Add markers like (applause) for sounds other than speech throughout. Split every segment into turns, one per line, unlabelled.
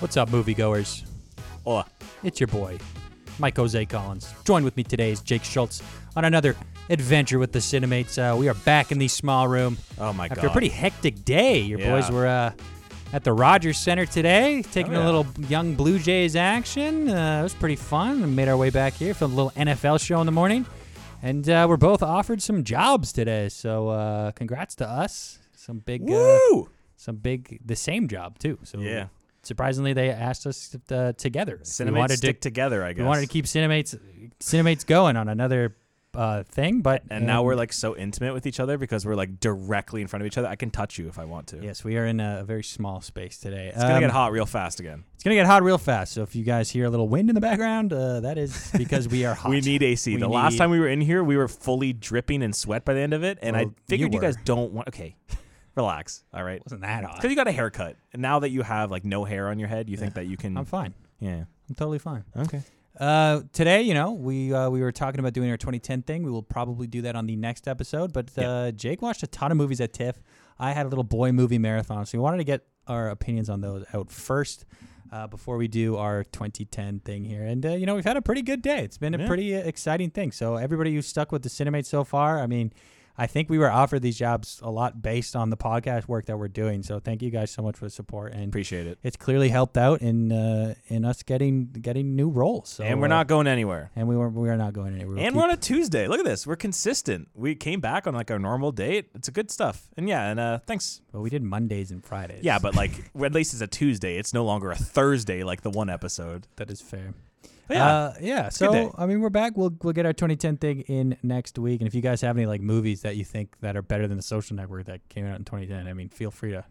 What's up, moviegoers?
Oh,
It's your boy, Mike Jose Collins. Joined with me today is Jake Schultz on another adventure with the Cinemates. Uh, we are back in the small room
oh my
after
god!
a pretty hectic day. Your
Yeah.
boys were uh, at the Rogers Center today, taking
Oh, yeah.
a little young Blue Jays action. Uh, it was pretty fun. We made our way back here, filmed a little NFL show in the morning, and uh, we're both offered some jobs today. So uh, congrats to us. Some big, uh,
Woo!
some big, the same job too. So
Yeah.
Surprisingly, they asked us uh, together. We
Cinemates
wanted to-
stick together, I guess.
we wanted to keep Cinemates Cinemates going on another uh, thing, but
and now
um,
we're like so intimate with each other because we're like directly in front of each other. I can touch you if I want to.
yes, we are in a very small space today. Um,
It's gonna get hot real fast again.
It's gonna get hot real fast. So if you guys hear a little wind in the background, uh, that is because we are hot.
(laughs) We need AC.
We
the last
need-
time we were in here, we were fully dripping in sweat by the end of it, and
Well,
I
you
figured you,
were.
guys don't
(laughs)
want. Okay, relax. All right,
Wasn't that hot?
because you got a haircut, and now that you have like no hair on your head, you think that you can.
I'm fine.
yeah.
I'm totally fine.
Okay.
Uh, today, you know, we uh, we were talking about doing our 2010 thing. We will probably do that on the next episode. But uh,
Yeah.
Jake watched a ton of movies at TIFF. I had a little boy movie marathon, so we wanted to get our opinions on those out first uh, before we do our 2010 thing here. And uh, you know, we've had a pretty good day. It's been a
Yeah.
pretty uh, exciting thing. So everybody who stuck with the Cinemate so far, I mean. I think we were offered these jobs a lot based on the podcast work that we're doing. So thank you guys so much for the support, and
Appreciate it.
it's clearly helped out in uh, in us getting getting new roles. So,
and we're
uh,
not going anywhere.
and we were we are not going anywhere. We'll
and
keep-
we're on a Tuesday. Look at this. We're consistent. We came back on like our normal date. It's a good stuff. And yeah, and uh thanks.
well, we did Mondays and Fridays.
Yeah, but like (laughs) at least it's a Tuesday. It's no longer a Thursday like the one episode.
that is fair.
But yeah.
uh, yeah.
a good
So
day.
I mean, we're back. We'll we'll get our 2010 thing in next week. And if you guys have any like movies that you think that are better than the Social Network that came out in 2010, I mean, feel free to.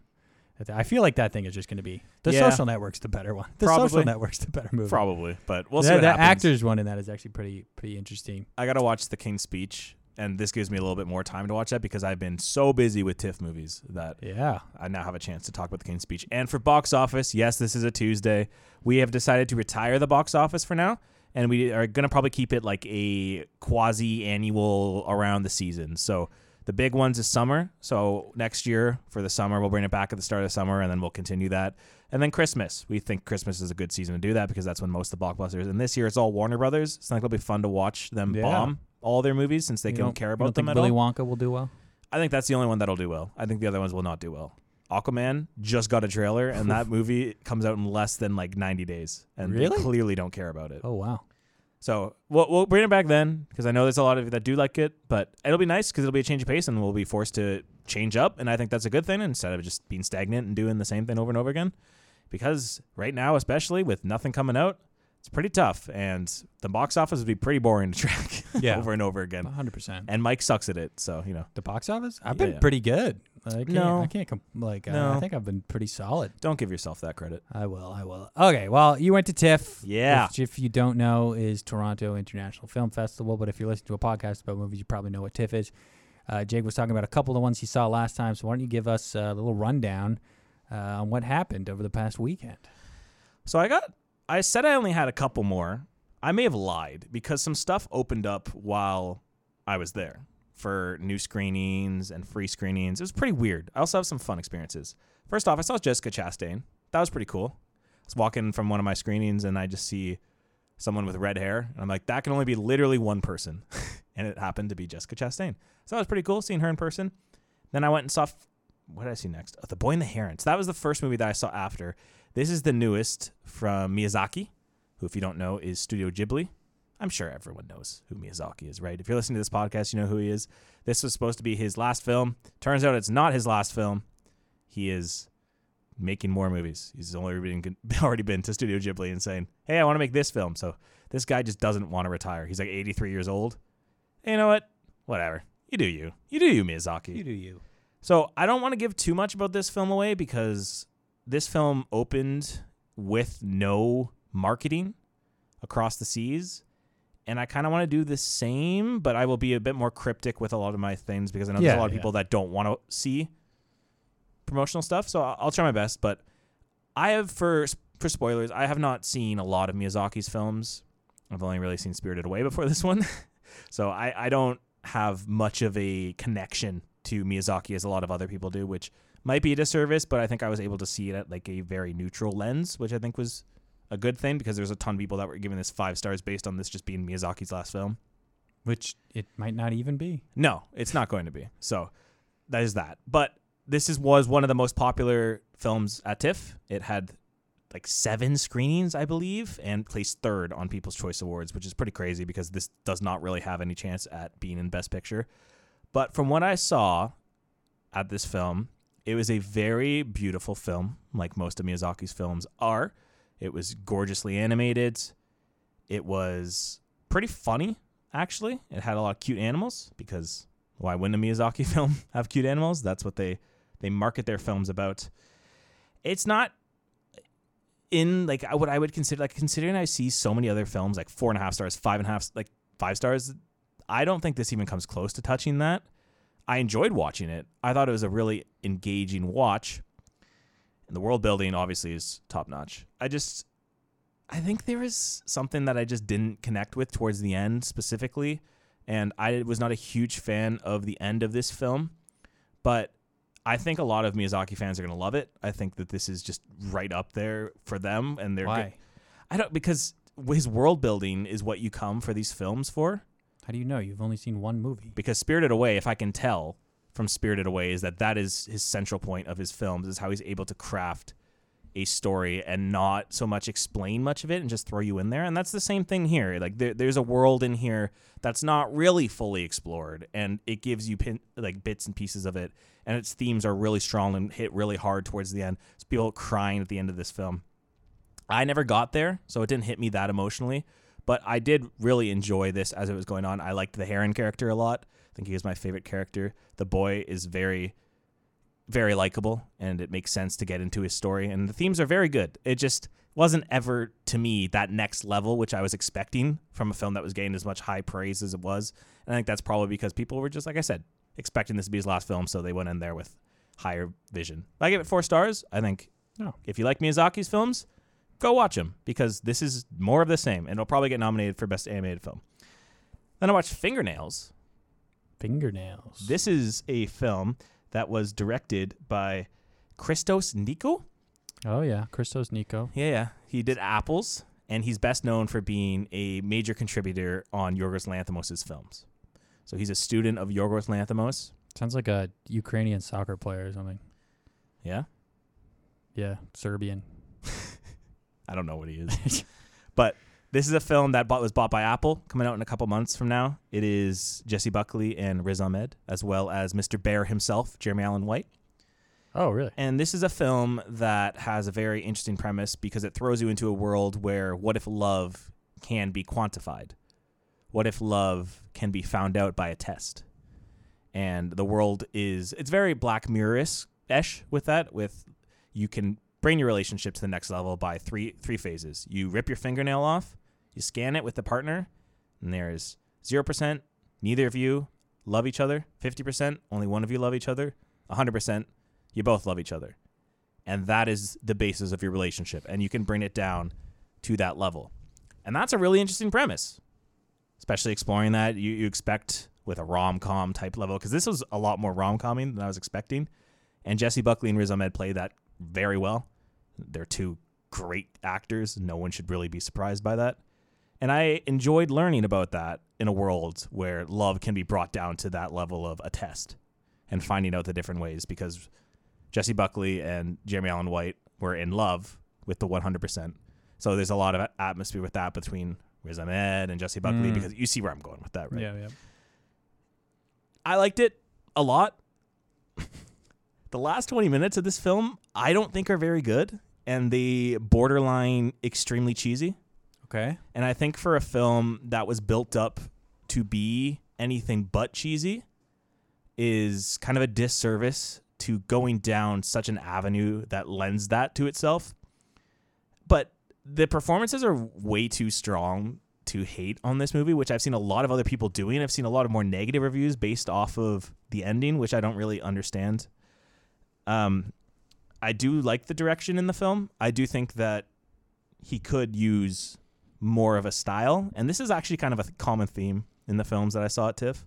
I feel like that thing is just going to be the
Yeah.
Social Network's the better one. The Social
Probably.
Network's the better movie.
probably. But we'll see
that
what
that
happens.
actors one in that is actually pretty pretty interesting.
I gotta watch The King's Speech, and this gives me a little bit more time to watch that because I've been so busy with TIFF movies that
Yeah.
I now have a chance to talk about The King's Speech. And for box office, yes, this is a Tuesday. We have decided to retire the box office for now, and we are going to probably keep it like a quasi annual around the season. So the big ones is summer. So next year for the summer, we'll bring it back at the start of the summer, and then we'll continue that. And then Christmas. We think Christmas is a good season to do that because that's when most of the blockbusters. And this year it's all Warner Brothers. So I think it'll be fun to watch them
Yeah.
bomb all their movies since they
You
don't,
don't-
care
you
about
don't
them
think
at all.
Willy Wonka will do well.
I think that's the only one that'll do well. I think the other ones will not do well. Aquaman just got a trailer,
(laughs)
and that movie comes out in less than like 90 days, and they
Really?
clearly don't care about it.
Oh wow.
So we'll, we'll bring it back then, because I know there's a lot of you that do like it, but it'll be nice because it'll be a change of pace, and we'll be forced to change up, and I think that's a good thing instead of just being stagnant and doing the same thing over and over again. Because right now, especially with nothing coming out, it's pretty tough, and the box office would be pretty boring to (laughs) track
Yeah.
over and over again.
100. percent
And Mike sucks at it, so you know.
The box office? I've
Yeah,
been
yeah.
pretty good. I can't,
No.
I can't. Com- like, uh, I, I
No.
think I've been pretty solid.
Don't give yourself that credit.
I will. I will. Okay. Well, you went to TIFF.
Yeah.
Which, if you don't know, is Toronto International Film Festival. But if you're listening to a podcast about movies, you probably know what TIFF is. Uh, Jake was talking about a couple of the ones he saw last time. So why don't you give us a little rundown uh, on what happened over the past weekend?
So I got I said I only had a couple more. I may have lied because some stuff opened up while I was there for new screenings and free screenings. It was pretty weird. I also have some fun experiences. First off, I saw Jessica Chastain. That was pretty cool. I was walking from one of my screenings and I just see someone with red hair and I'm like that can only be literally one person. (laughs) and it happened to be Jessica Chastain. So that was pretty cool seeing her in person. Then I went and saw f- what did I see next? Oh, the Boy and the Heron. So that was the first movie that I saw after. This is the newest from Miyazaki, who, if you don't know, is Studio Ghibli. I'm sure everyone knows who Miyazaki is, right? If you're listening to this podcast, you know who he is. This was supposed to be his last film. Turns out it's not his last film. He is making more movies. He's only been (laughs) already been to Studio Ghibli and saying, "Hey, I want to make this film." So this guy just doesn't want to retire. He's like 83 years old. And you know what? Whatever. You do you. You do you, Miyazaki.
do you.
So I don't want to give too much about this film away because this film opened with no marketing across the seas. And I kind of want to do the same, but I will be a bit more cryptic with a lot of my things because I know there's
Yeah,
a lot of
yeah.
people that don't want to see promotional stuff. So I'll I'll try my best, but I have for for spoilers, I have not seen a lot of Miyazaki's films. I've only really seen Spirited Away before this one. (laughs) so I, I don't have much of a connection to Miyazaki as a lot of other people do, which might be a disservice, but I think I was able to see it at like a very neutral lens, which I think was a good thing because there's a ton of people that were giving this five stars based on this just being Miyazaki's last film.
which it might not even be.
No, it's not going to be. So that is that. But this is was one of the most popular films at TIFF. It had like seven screenings, I believe, and placed third on People's Choice Awards, which is pretty crazy because this does not really have any chance at being in Best Picture. But from what I saw at this film, it was a very beautiful film, like most of Miyazaki's films are. It was gorgeously animated. It was pretty funny, actually. It had a lot of cute animals because why wouldn't a Miyazaki (laughs) film have cute animals? That's what they they market their films about. It's not in like I- what I would consider like considering I see so many other films like four and a half stars, five and a half like five stars. I don't think this even comes close to touching that. I enjoyed watching it. I thought it was a really engaging watch. And the world building obviously is top notch. I just I think there is something that I just didn't connect with towards the end specifically, and I was not a huge fan of the end of this film, but I think a lot of Miyazaki fans are going to love it. I think that this is just right up there for them and they're
Why?
I don't because his world building is what you come for these films for
How do you know? You've only seen one movie.
because Spirited Away, if I can tell from Spirited Away, is that that is his central point of his films is how he's able to craft a story and not so much explain much of it and just throw you in there. And that's the same thing here. Like there, there's a world in here that's not really fully explored, and it gives you pin, like bits and pieces of it. And its themes are really strong and hit really hard towards the end. It's people crying at the end of this film. I never got there, so it didn't hit me that emotionally. But I did really enjoy this as it was going on. I liked the Heron character a lot. I think he was my favorite character. The boy is very, very likable, and it makes sense to get into his story. And the themes are very good. It just wasn't ever to me that next level, which I was expecting from a film that was getting as much high praise as it was. And I think that's probably because people were just, like I said, expecting this to be his last film, so they went in there with higher vision. I give it four stars. I think
No.
if you like Miyazaki's films, go watch them because this is more of the same, and it'll probably get nominated for best animated film. Then I watched Fingernails.
Fingernails.
This is a film that was directed by Christos Nico.
oh yeah, Christos Nico.
Yeah, yeah. He did Apples, and he's best known for being a major contributor on Yorgos Lanthimos' films. So he's a student of Yorgos Lanthimos.
Sounds like a Ukrainian soccer player or something.
Yeah.
Yeah, Serbian.
I don't know what he is. but this is a film that bought, was bought by Apple, coming out in a couple months from now. It is Jesse Buckley and Riz Ahmed, as well as Mr. Bear himself, Jeremy Allen White.
Oh really?
And this is a film that has a very interesting premise because it throws you into a world where what if love can be quantified? What if love can be found out by a test? And the world is it's very black mirror-ish with that with you can bring your relationship to the next level by three three phases. You rip your fingernail off, you scan it with the partner, and there is 0% neither of you love each other, 50% only one of you love each other, 100% you both love each other. And that is the basis of your relationship. And you can bring it down to that level. And that's a really interesting premise, especially exploring that you, you expect with a rom com type level, because this was a lot more rom comming than I was expecting. And Jesse Buckley and Riz Ahmed play that very well. They're two great actors. No one should really be surprised by that. And I enjoyed learning about that in a world where love can be brought down to that level of a test and finding out the different ways because Jesse Buckley and Jeremy Allen White were in love with the 100%. So there's a lot of atmosphere with that between Riz Ahmed and Jesse Buckley
Mm.
because you see where I'm going with that, right?
Yeah, yeah.
I liked it a lot. (laughs) the last 20 minutes of this film, I don't think are very good and they borderline extremely cheesy.
Okay.
And I think for a film that was built up to be anything but cheesy is kind of a disservice to going down such an avenue that lends that to itself. But the performances are way too strong to hate on this movie, which I've seen a lot of other people doing. I've seen a lot of more negative reviews based off of the ending, which I don't really understand. Um, I do like the direction in the film. I do think that he could use more of a style. And this is actually kind of a th- common theme in the films that I saw at TIFF.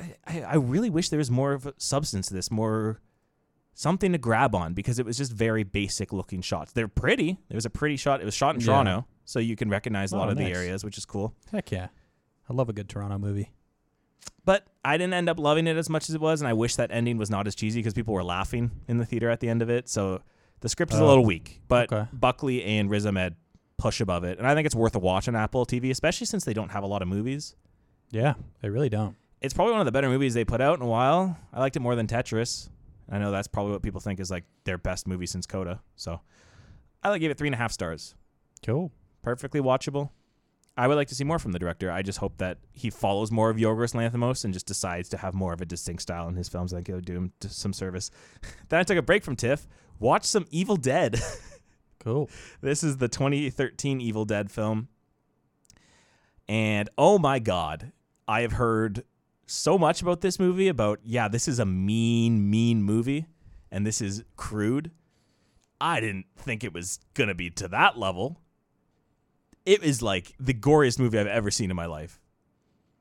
I, I, I really wish there was more of a substance to this, more something to grab on because it was just very basic looking shots. They're pretty. It was a pretty shot. It was shot in
Yeah.
Toronto, so you can recognize a lot
Oh,
of the
nice.
areas, which is cool.
Heck yeah. I love a good Toronto movie.
But I didn't end up loving it as much as it was, and I wish that ending was not as cheesy because people were laughing in the theater at the end of it. So the script is a
Oh.
little weak, but
Okay.
Buckley and Riz Ahmed push above it, and I think it's worth a watch on Apple TV, especially since they don't have a lot of movies.
Yeah, they really don't.
It's probably one of the better movies they put out in a while. I liked it more than Tetris. I know that's probably what people think is like their best movie since Coda. So I like gave it three and a half stars.
Cool.
Perfectly watchable. I would like to see more from the director. I just hope that he follows more of Yorgos Lanthimos and just decides to have more of a distinct style in his films. I think it would do him t- some service. (laughs) then I took a break from TIFF, watched some Evil Dead.
Cool.
this is the 2013 Evil Dead film. And oh my God, I have heard so much about this movie about, yeah, this is a mean, mean movie and this is crude. I didn't think it was going to be to that level. It is like the goriest movie I've ever seen in my life.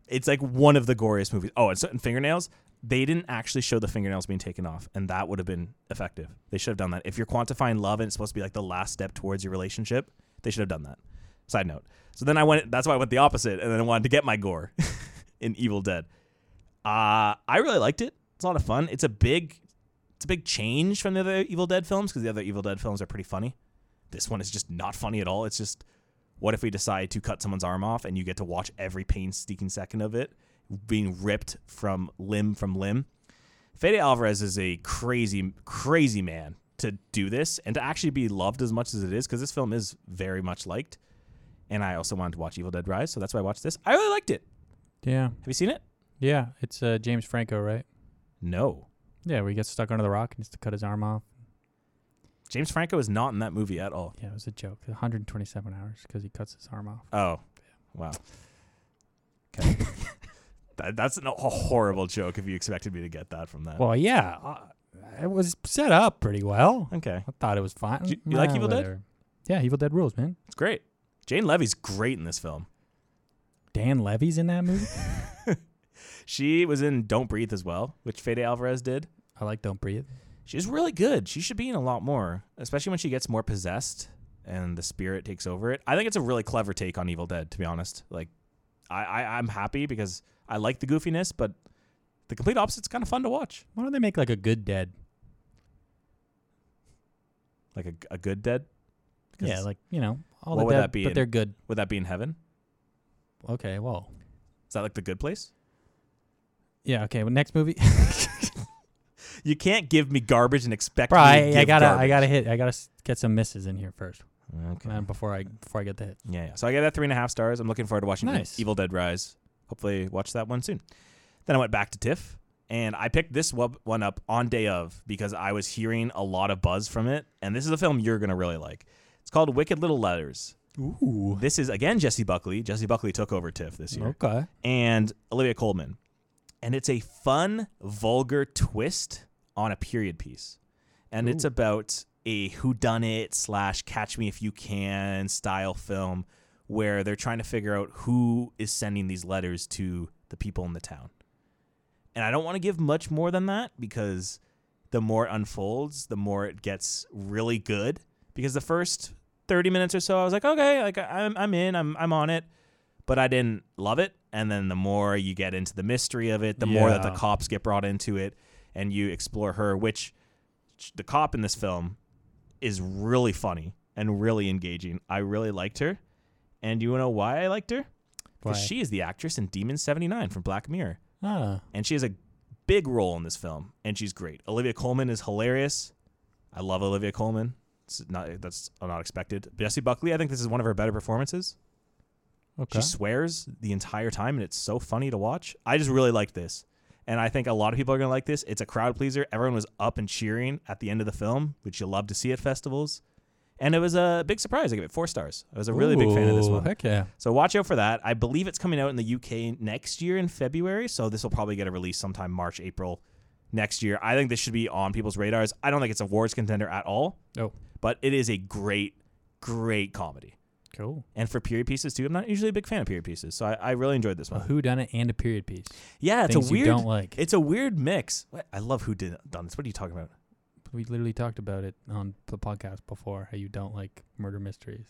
It's like one of the goriest movies. Oh, and certain fingernails. They didn't actually show the fingernails being taken off, and that would have been effective. They should have done that. If you're quantifying love and it's supposed to be like the last step towards your relationship, they should have done that. Side note. So then I went. That's why I went the opposite, and then I wanted to get my gore (laughs) in Evil Dead. Uh, I really liked it. It's a lot of fun. It's a big, it's a big change from the other Evil Dead films because the other Evil Dead films are pretty funny. This one is just not funny at all. It's just what if we decide to cut someone's arm off and you get to watch every painstaking second of it being ripped from limb from limb? Fede Alvarez is a crazy, crazy man to do this and to actually be loved as much as it is because this film is very much liked. And I also wanted to watch Evil Dead Rise, so that's why I watched this. I really liked it.
Yeah.
Have you seen it?
Yeah. It's uh, James Franco, right?
No.
Yeah, where he gets stuck under the rock and has to cut his arm off.
James Franco is not in that movie at all.
Yeah, it was a joke. 127 hours because he cuts his arm off.
Oh, wow. Okay. that, that's an, a horrible joke if you expected me to get that from that.
Well, yeah. uh, it was set up pretty well.
okay.
I thought it was fine.
Do you- you like
Nah,
Evil Dead?
whatever. Yeah, Evil Dead rules, man.
It's great. Jane Levy's great in this film.
Dan Levy's in that movie.
She was in Don't Breathe as well, which Fede Alvarez did.
(laughs) I like Don't Breathe.
She's really good. She should be in a lot more, especially when she gets more possessed and the spirit takes over it. I think it's a really clever take on Evil Dead, to be honest. Like, I, I I'm happy because I like the goofiness, but the complete opposite's kind of fun to watch.
Why don't they make like a good Dead?
Like a, a good dead. 'Cause
Yeah, like you know, all
What
the
would
dead,
that be
but
in-
they're good.
would that be in heaven?
Okay, well,
Is that like the good place?
yeah, okay. Well, next
(laughs)
movie,
You can't give me garbage and expect
bro.
me
I,
to
I
give
gotta, I
garbage.
gotta hit. I gotta s- get some misses in here first,
Okay.
uh, before I before I get the hit.
Yeah, yeah. So I got that three and a half stars. I'm looking forward to watching
Nice.
Evil Dead Rise. Hopefully, watch that one soon. Then I went back to TIFF and I picked this wub- one up on day of because I was hearing a lot of buzz from it. And this is a film you're going to really like. It's called Wicked Little Letters.
Ooh.
This is, again, Jesse Buckley. Jesse Buckley took over TIFF this year
Okay.
and Olivia Coleman. And it's a fun, vulgar twist on a period piece. And it's
Ooh.
about a whodunit slash catch me if you can style film where they're trying to figure out who is sending these letters to the people in the town. And I don't want to give much more than that because the more it unfolds, the more it gets really good. Because the first 30 minutes or so, I was like, okay, like I- I'm, I'm in, I'm, I'm on it but I didn't love it. And then the more you get into the mystery of it, the more that the
Yeah.
cops get brought into it and you explore her, which sh- the cop in this film is really funny and really engaging. I really liked her. And you know why I liked her? Because
Why?
she is the actress in Demon 79 from Black Mirror.
Ah,
And she has a big role in this film, and she's great. Olivia Coleman is hilarious. I love Olivia Coleman. It's not, that's not expected. Jesse Buckley, I think this is one of her better performances.
okay.
She swears the entire time, and it's so funny to watch. I just really like this. And I think a lot of people are going to like this. It's a crowd pleaser. Everyone was up and cheering at the end of the film, which you love to see at festivals. And it was a big surprise. I gave it four stars. I was a really big fan of this
Ooh,
one.
Heck yeah.
So watch out for that. I believe it's coming out in the UK next year in February. So this will probably get a release sometime March, April next year. I think this should be on people's radars. I don't think it's a awards contender at all,
Oh,
but it is a great, great comedy.
cool.
And for period pieces too, I'm not usually a big fan of period pieces, so I, I really enjoyed this
A
one.
who done it and a period piece.
Yeah, it's a
Things you
weird.
don't like.
It's a weird mix. What- I love who did done this. What are you talking about?
We literally talked about it on the podcast before how you don't like murder mysteries.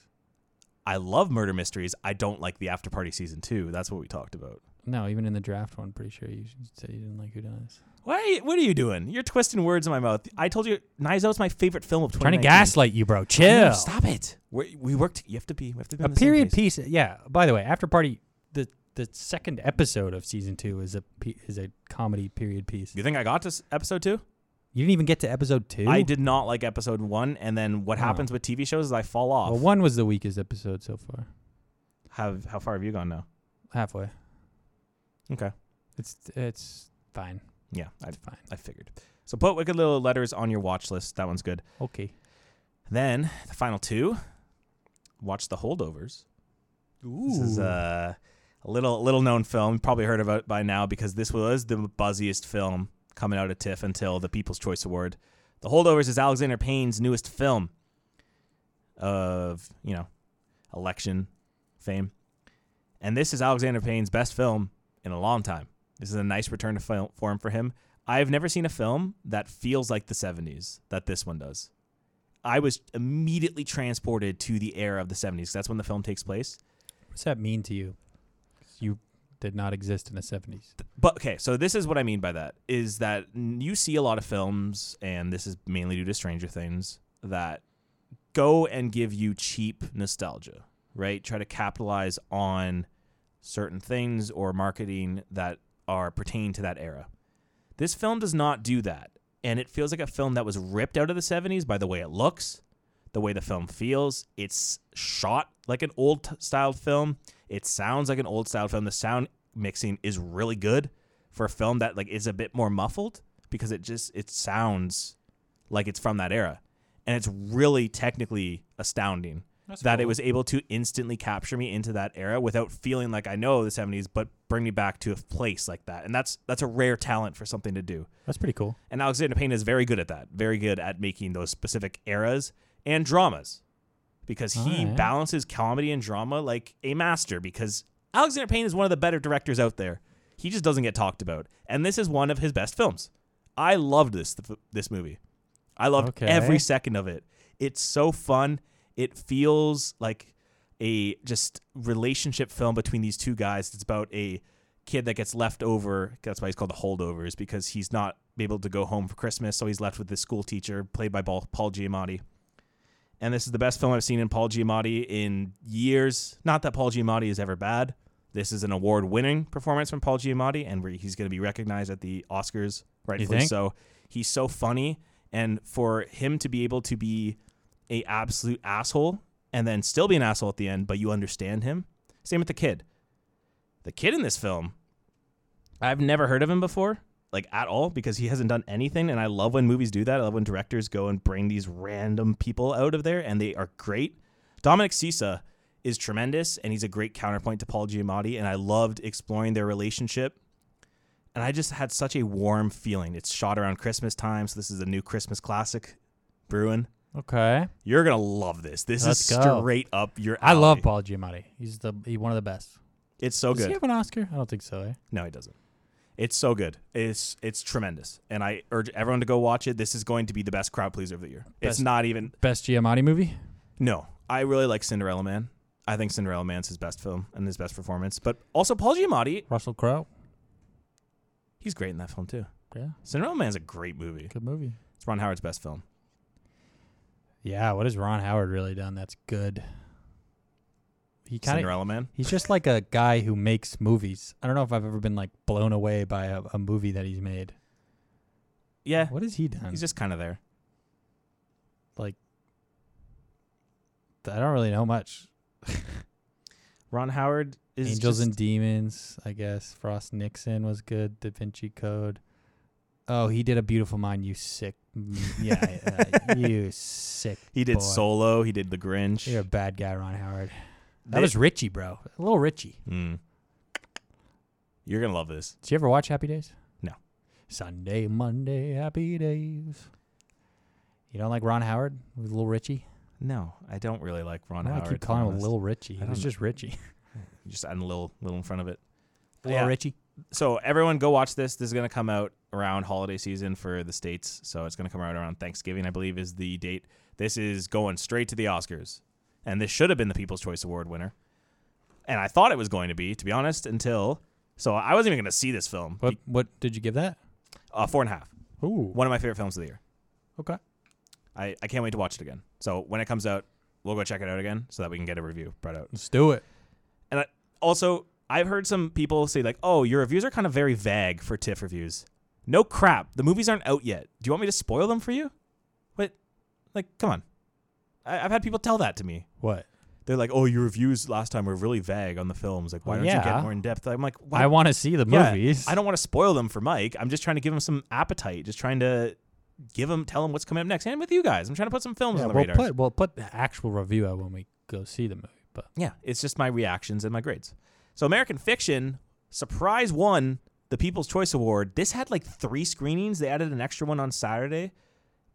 I love murder mysteries. I don't like the after party season two. That's what we talked about.
No, even in the draft one, pretty sure you said you didn't like Who Does.
What are you, what are you doing? You're twisting words in my mouth. I told you, Knives Out's my favorite film of 2019.
Trying to gaslight you, bro.
No,
Chill.
stop it. we we worked. You have to be. We have to be
A
on the same
period
page.
piece. Yeah. By the way, After Party, the the second episode of season two is a pe- is a comedy period piece.
You think I got to s- episode two?
You didn't even get to episode two.
I did not like episode one, and then what
Oh.
happens with TV shows is I fall off.
Well, one was the weakest episode so far.
Have how far have you gone now?
Halfway.
Okay.
It's it's fine.
Yeah, I,
It's fine.
I figured. So put Wicked Little Letters on your watch list. That one's good.
Okay.
Then the final two, watch The Holdovers. This is uh, a little little known film. You've Probably heard about it by now because this was the buzziest film coming out of TIFF until the People's Choice Award. The Holdovers is Alexander Payne's newest film of you know election fame, and this is Alexander Payne's best film in a long time. This is a nice return to fil- form for him. I've never seen a film that feels like the '70s that this one does. I was immediately transported to the era of the '70s. That's when the film takes place.
What's that mean to you? 'Cause You did not exist in the seventies.
but okay so this is what i mean by that is that n- you see a lot of films and this is mainly due to stranger things that go and give you cheap nostalgia right try to capitalize on certain things or marketing that are pertain to that era this film does not do that and it feels like a film that was ripped out of the 70s by the way it looks the way the film feels it's shot like an old t- style film it sounds like an old style film the sound mixing is really good for a film that like is a bit more muffled because it just it sounds like it's from that era and it's really technically astounding that it was able to instantly capture me into that era without feeling like I know the 70s but bring me back to a place like that and that's that's a rare talent for something to do
That's pretty cool.
and Alexander Payne is very good at that. Very good at making those specific eras and dramas because he
Alright.
balances comedy and drama like a master because Alexander Payne is one of the better directors out there. He just doesn't get talked about. And this is one of his best films. I loved this this movie. I loved
Okay.
every second of it. It's so fun. It feels like a just relationship film between these two guys. It's about a kid that gets left over. That's why he's called the holdovers because he's not able to go home for Christmas, so he's left with this school teacher played by Paul Paul Giamatti. And this is the best film I've seen in Paul Giamatti in years. Not that Paul Giamatti is ever bad. This is an award-winning performance from Paul Giamatti, and re- he's going to be recognized at the Oscars, rightfully
think?
so. He's so funny, and for him to be able to be a absolute asshole and then still be an asshole at the end, but you understand him. Same with the kid. The kid in this film, I've never heard of him before, like at all, because he hasn't done anything. And I love when movies do that. I love when directors go and bring these random people out of there, and they are great. Dominic Sisa is tremendous, and he's a great counterpoint to Paul Giamatti. And I loved exploring their relationship. And I just had such a warm feeling. It's shot around Christmas time, so this is a new Christmas classic brewing.
Okay.
You're gonna love this. This
Let's
is
go.
straight up your.
I love
alley.
Paul Giamatti. He's the he, one of the best.
It's so
Does
Oh, good.
he have an Oscar? I don't think so. Eh?
No, it doesn't. It's so good. It's it's tremendous, and I urge everyone to go watch it. This is going to be the best crowd pleaser of the year. It's
Best-
not even.
Best Giamatti movie.
No, I really like Cinderella Man. I think Cinderella Man's his best film and his best performance. But also Paul Giamatti,
Russell Crowe.
he's great in that film too.
Yeah.
Cinderella Man's a great movie.
Good movie.
It's Ron Howard's best film.
Yeah. What has Ron Howard really done? That's good. He kind of
Cinderella Man.
He's just like a guy who makes movies. I don't know if I've ever been like blown away by a, a movie that he's made.
Yeah,
What has he done?
he's just kind of there.
I don't really know much.
Ron Howard is
Angels
just-
and Demons, I guess. Frost Nixon was good. Da Vinci Code. Oh, he did A Beautiful Mind. You sick. mm, Yeah,
(laughs)
uh, you sick.
he did
boy.
Solo. He did The Grinch.
You're a bad guy, Ron Howard. That
They-
was Richie, bro. A little Richie.
Mm. You're gonna love this.
Did you ever watch Happy Days?
No.
Sunday, Monday, Happy Days. You don't like Ron Howard with Little Richie?
No, I don't really like Ron
Why do
Howard.
I
to
keep
be
calling him
honest.
Little Richie. (laughs)
I
It was
don't-
just Richie.
just adding a little little in front of it.
Little Richie.
so everyone go watch this. This is gonna come out around holiday season for the states, so it's gonna come out around Thanksgiving, I believe, is the date. This is going straight to the Oscars, and this should have been the People's Choice Award winner, and I thought it was going to be, to be honest, until so I wasn't even gonna see this film.
What what did you give that?
Uh, four and a half,
Ooh.
one of my favorite films of the year.
Okay.
I, I can't wait to watch it again. So when it comes out, we'll go check it out again so that we can get a review brought out.
Let's do it.
And I, also, I've heard some people say like, "Oh, your reviews are kind of very vague for TIFF reviews." No crap, the movies aren't out yet. Do you want me to spoil them for you? What? Like, come on. I, I've had people tell that to me.
What?
They're like, "Oh, your reviews last time were really vague on the films. Like, why
Well,
don't you
yeah.
get more in depth?" I'm like,
I
"Why?"
want to see the
Yeah,
movies.
I don't want to spoil them for Mike. I'm just trying to give him some appetite. Just trying to give him, tell him what's coming up next. And with you guys, I'm trying to put some films
Yeah,
on the
we'll
radar.
put we'll put the actual review out when we go see the movie. But
Yeah, it's just my reactions and my grades. So American Fiction, surprise won the People's Choice Award. This had like three screenings. They added an extra one on Saturday,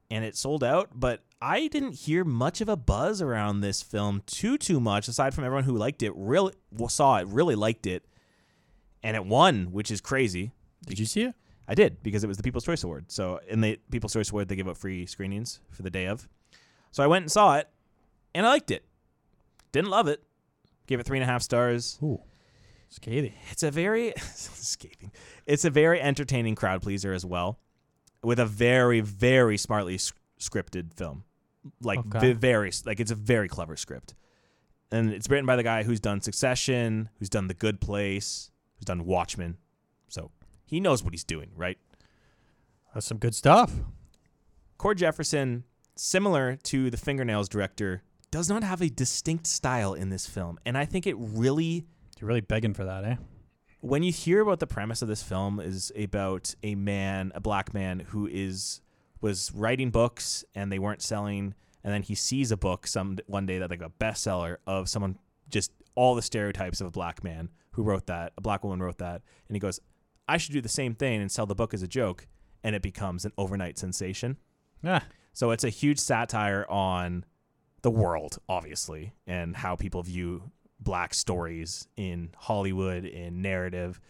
and it sold out. But I didn't hear much of a buzz around this film too too much, aside from everyone who liked it, really well, saw it, really liked it, and it won, which is crazy.
did you see it?
I did because it was the People's Choice Award. So in the People's Choice Award, they give out free screenings for the day of. So I went and saw it, and I liked it. Didn't love it. Gave it three and a half stars.
Ooh, scathing.
It's a very (laughs) escaping. It's a very entertaining crowd pleaser as well, with a very very smartly s- scripted film. Like
Okay.
ve- very like it's a very clever script, and it's written by the guy who's done Succession, who's done The Good Place, who's done Watchmen. So he knows what he's doing, right?
That's some good stuff.
Core Jefferson, similar to the Fingernails director, does not have a distinct style in this film. And I think it really,
You're really begging for that, eh?
when you hear about the premise of this film, is about a man, a black man, who is was writing books and they weren't selling, and then he sees a book some one day that like a bestseller of someone just all the stereotypes of a black man who wrote that, a black woman wrote that, and he goes, I should do the same thing and sell the book as a joke, and it becomes an overnight sensation.
Yeah.
So it's a huge satire on the world, obviously, and how people view black stories in Hollywood in narrative,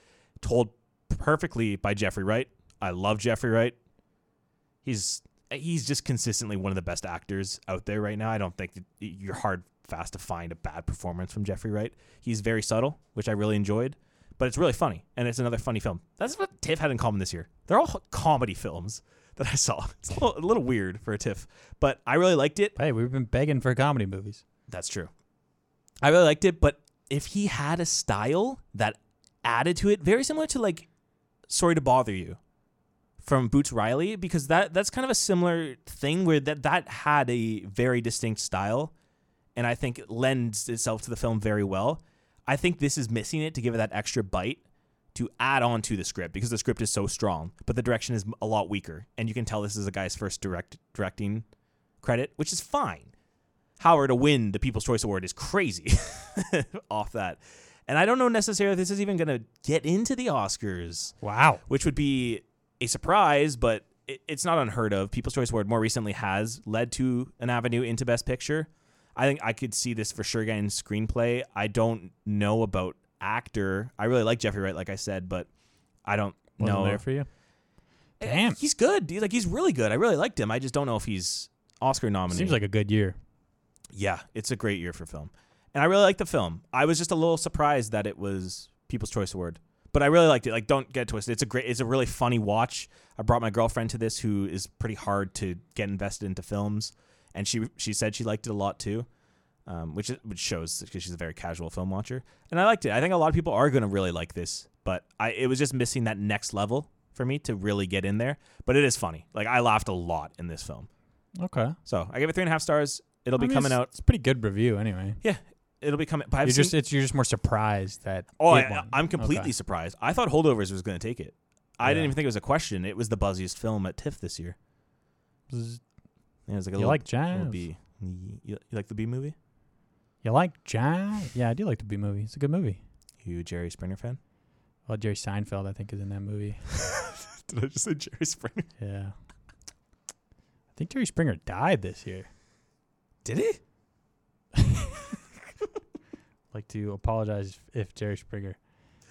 told perfectly by Jeffrey Wright. I love Jeffrey Wright. He's he's just consistently one of the best actors out there right now. I don't think that you're hard fast to find a bad performance from Jeffrey Wright. He's very subtle, which I really enjoyed, but it's really funny, and it's another funny film. That's what TIFF had in common this year. They're all comedy films that I saw. It's a little, a little weird for a TIFF, but I really liked it.
Hey, we've been begging for comedy movies.
That's true. I really liked it, but if he had a style that added to it, very similar to like "Sorry to Bother You" from Boots Riley, because that that's kind of a similar thing where that that had a very distinct style, and I think it lends itself to the film very well. I think this is missing it to give it that extra bite to add on to the script because the script is so strong, but the direction is a lot weaker, and you can tell this is a guy's first direct directing credit, which is fine. Howard to win the People's Choice Award is crazy (laughs) off that. And I don't know necessarily if this is even going to get into the Oscars,
Wow.
which would be a surprise, but it, it's not unheard of. People's Choice Award more recently has led to an avenue into Best Picture. I think I could see this for sure getting screenplay. I don't know about actor. I really like Jeffrey Wright, like I said, but I don't
Wasn't
know
there for you. Damn.
He's good. He's like he's really good. I really liked him. I just don't know if he's Oscar nominated.
Seems like a good year.
Yeah, it's a great year for film. And I really like the film. I was just a little surprised that it was People's Choice Award. But I really liked it. Like don't get twisted. It's a great it's a really funny watch. I brought my girlfriend to this who is pretty hard to get invested into films and she she said she liked it a lot too. Um, which is- which shows because she's a very casual film watcher, and I liked it. I think a lot of people are going to really like this, but I it was just missing that next level for me to really get in there. But it is funny. Like I laughed a lot in this film,
Okay.
so I gave it three and a half stars.
I
It'll be
mean,
coming
it's-
out
It's a pretty good review anyway.
yeah, it'll be coming. But I've
you're
seen,
just it's you're just more surprised that.
oh,
it
I,
won.
I'm completely
Okay.
surprised. I thought Holdovers was going to take it. I
Yeah.
didn't even think it was a question. It was the buzziest film at TIFF this year.
Z-
Yeah, It was like
You
a little,
like
little
jazz?
B. You, you like the B movie?
You like jazz? Yeah, I do like the B movie. It's a good movie.
You a Jerry Springer fan? (laughs)
Well, Jerry Seinfeld, I think, is in that movie.
Did I just say Jerry Springer? (laughs)
Yeah. I think Jerry Springer died this year. (laughs)
Did he?
I'd like to apologize if Jerry Springer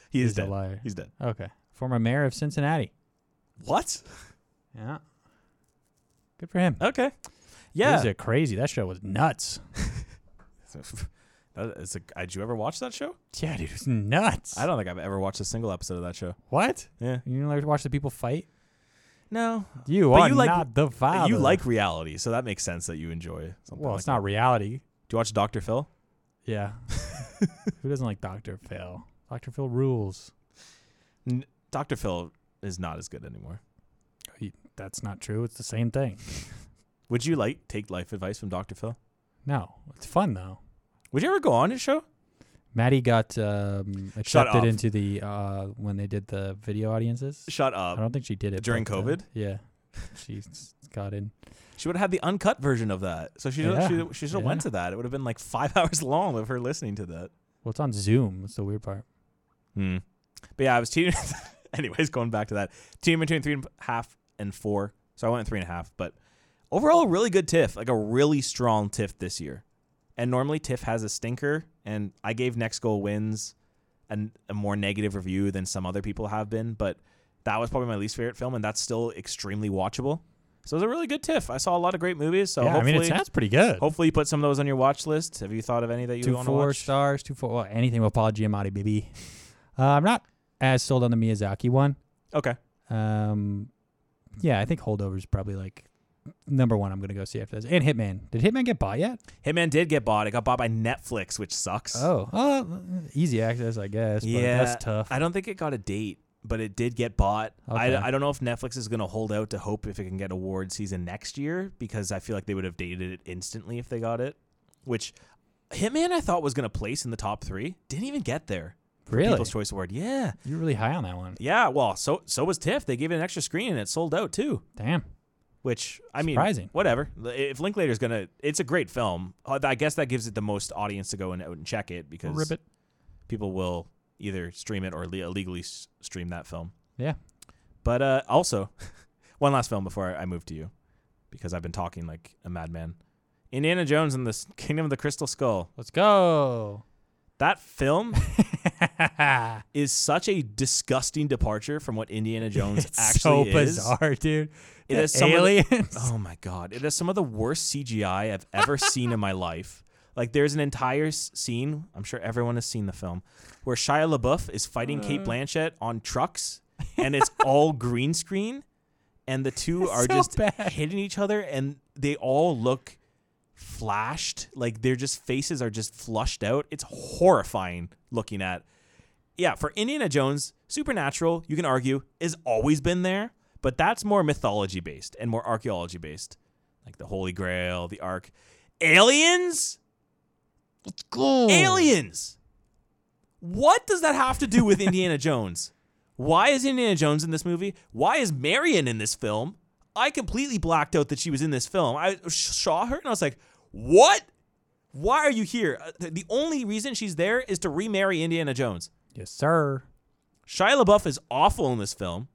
He is
He's a
dead.
liar.
He's Uh, dead.
Okay. Former mayor of Cincinnati.
What?
Yeah. Good for him.
Okay. Yeah.
These are crazy. That show was nuts.
That is a- did you ever watch that show?
Yeah, dude, it was nuts.
I don't think I've ever watched a single episode of that show.
What?
Yeah.
You didn't like to watch the people fight?
No.
You
But
are
you like-
not the father.
You like reality, so that makes sense that you enjoy something.
Well,
like
it's
that.
not reality.
Do you watch Doctor Phil?
(laughs) Yeah. Who doesn't like Dr. Phil? Dr. Phil rules.
Doctor Phil is not as good anymore.
He- That's not true. It's the same thing.
Would you like take life advice from Doctor Phil?
No, it's fun though.
Would you ever go on his show?
Maddie got um, accepted
up.
into the uh, when they did the video audiences.
Shut
I
up.
don't think she did it
During
but, uh,
COVID?
yeah, she s- got in.
She would have had the uncut version of that. So she
Yeah.
she, she should have went
Yeah.
to that. It would have been like five (laughs) hours long of her listening to that.
Well, it's on Zoom. That's the weird part.
Hmm. But yeah, I was teaching. (laughs) anyways, going back to that team between three and a half and four. So I went three and a half, but overall, really good TIFF, like a really strong TIFF this year. And normally TIFF has a stinker, and I gave Next Goal Wins an, a more negative review than some other people have been, but that was probably my least favorite film, and that's still extremely watchable. So it was a really good TIFF. I saw a lot of great movies. So
yeah, I
hopefully,
mean, it sounds pretty good.
hopefully you put some of those on your watch list. Have you thought of any that you
two
want to
four
watch?
stars, two four. Well, anything with Paul Giamatti, baby. Uh, I'm not as sold on the Miyazaki one.
Okay.
Um, yeah, I think Holdovers probably like number one. I'm gonna go see after this. And Hitman. Did Hitman get bought yet?
Hitman did get bought. It got bought by Netflix, which sucks.
Oh, oh, easy access, I guess. But
Yeah.
that's tough.
I don't think it got a date, but it did get bought.
Okay.
I, I don't know if Netflix is going to hold out to hope if it can get award season next year because I feel like they would have dated it instantly if they got it. Which Hitman I thought was going to place in the top three didn't even get there. for
Really?
People's Choice Award. Yeah,
You're really high on that one.
yeah. Well, so so was TIFF. They gave it an extra screen and it sold out too.
Damn.
Which I mean,
Surprising.
Whatever. If Linklater's gonna, it's a great film. Uh, I guess that gives it the most audience to go and out and check it because
Ribbit.
people will either stream it or le- illegally s- stream that film.
Yeah.
But uh, also, (laughs) one last film before I, I move to you, because I've been talking like a madman. Indiana Jones and the S- Kingdom of the Crystal Skull.
Let's
(laughs)
go. (laughs)
That film
it's
is such a disgusting departure from what Indiana Jones
so
actually is.
bizarre, dude.
It
The
is some of the- (laughs)
aliens.
Oh my god! It is some of the worst CGI I've ever seen in my life. Like there's an entire s- scene. I'm sure everyone has seen the film, where Shia LaBeouf is fighting Kate Blanchett on trucks, and it's all green screen, and
(laughs)
the two are
so
just
bad.
hitting each other, and they all look flashed. Like their just faces are just flushed out. It's horrifying looking at yeah, for Indiana Jones, supernatural, you can argue, has always been there, but that's more mythology based and more archaeology based. Like the Holy Grail, the Ark. Aliens?
Let's go.
Aliens! What does that have to do with Indiana Jones? Why is Indiana Jones in this movie? Why is Marion in this film? I completely blacked out that she was in this film. I sh- saw her and I was like, what? Why are you here? Uh, th- The only reason she's there is to remarry Indiana Jones.
Yes, sir.
Shia LaBeouf is awful in this film.